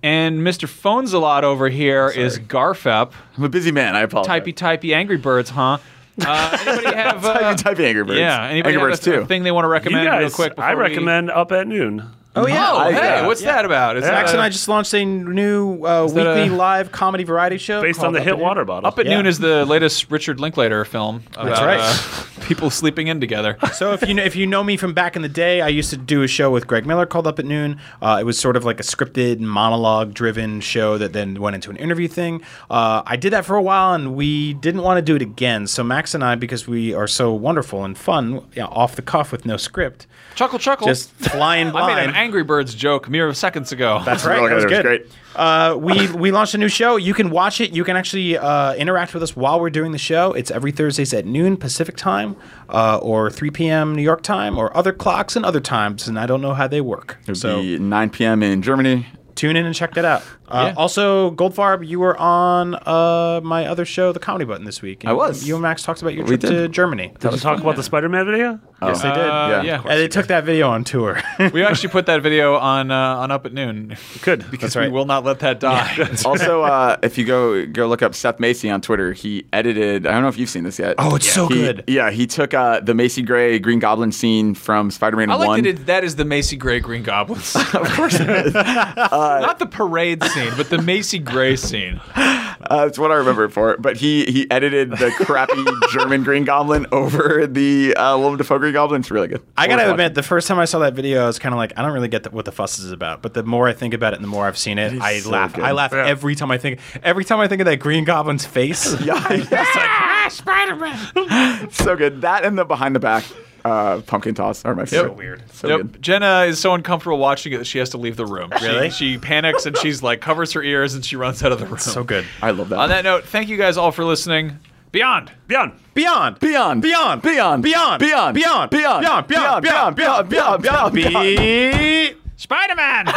And Mr. Phones a lot over here is Garfep. I'm a busy man. I apologize. E Typey typey Angry Birds, huh? Uh, anybody have uh, typey, typey Angry Birds. Yeah, anybody Angry have Birds a, a too. thing they want to You recommend guys, real quick? I before we- recommend Up at Noon. Oh yeah, Oh, I- hey, yeah. what's that about? Is Max that, and I just launched a new uh, Uh, that weekly a- live comedy variety show Based on called the Up hit at Noon. water bottle. Up at Yeah. Noon is uh, the latest Richard Linklater film about right. uh, people sleeping in together. So if you know, if you know me from back in the day, I used to do a show with Greg Miller called Up at Noon. Uh, it was sort of like a scripted monologue driven show that then went into an interview thing. Uh, I did that for a while, and we didn't want to do it again. So Max and I, because we are so wonderful and fun, you know, off the cuff with no script, Chuckle, chuckle. just flying blind. I made an Angry Birds joke mere seconds ago. That's right. Really that was good. It Oh, was good. great. Uh, we we launched a new show. You can watch it. You can actually uh, interact with us while we're doing the show. It's every Thursdays at noon Pacific time, uh, or 3 p.m. New York time, or other clocks and other times. And I don't know how they work. It would So be 9 p.m. in Germany. tune in and check that out. Uh, Yeah. Also, Goldfarb, you were on uh, my other show, The Comedy Button, this week. And I was. You and Max talked about your We trip did. to Germany. Did you talk about the Spider-Man video? Yes, they did. Uh, Yeah. yeah. and they took that video on tour. We actually put that video on uh, on up at noon Good. because right. we will not let that die. also, uh, if you go go look up Seth Macy on Twitter, he edited. I don't know if you've seen this yet. Oh, it's so He- good. Yeah, he took uh, the Macy Gray Green Goblin scene from Spider-Man I like One. that it, that is the Macy Gray Green Goblins. of course Uh, Not the parade scene, but the Macy Gray scene. Uh, that's what I remember it for. But he he edited the crappy German Green Goblin over the uh, Willem Dafoe Green Goblin. It's really good. I gotta Worth admit, the first time I saw that video, I was kind of like, I don't really get the, what the fuss is about. But the more I think about it, and the more I've seen it, I so laugh. good. I laugh Yeah. every time I think. Every time I think of that Green Goblin's face. watching. Yeah, "Ah, Spider Man. so good. That and the behind the back uh, pumpkin toss are my favorite. weird. So Yep. good. Jenna is so uncomfortable watching it that she has to leave the room. She- Really? She, cpanics and she's like covers her ears and she runs out of the room. So good. I love that. On that note, thank you guys all for listening. Beyond. Beyond. Beyond. Beyond. Beyond. Beyond. Beyond. Beyond. Beyond. Beyond. Beyond. Beyond. Beyond. Beyond. Beyond. Beyond. Beyond. Beyond. Spider Man.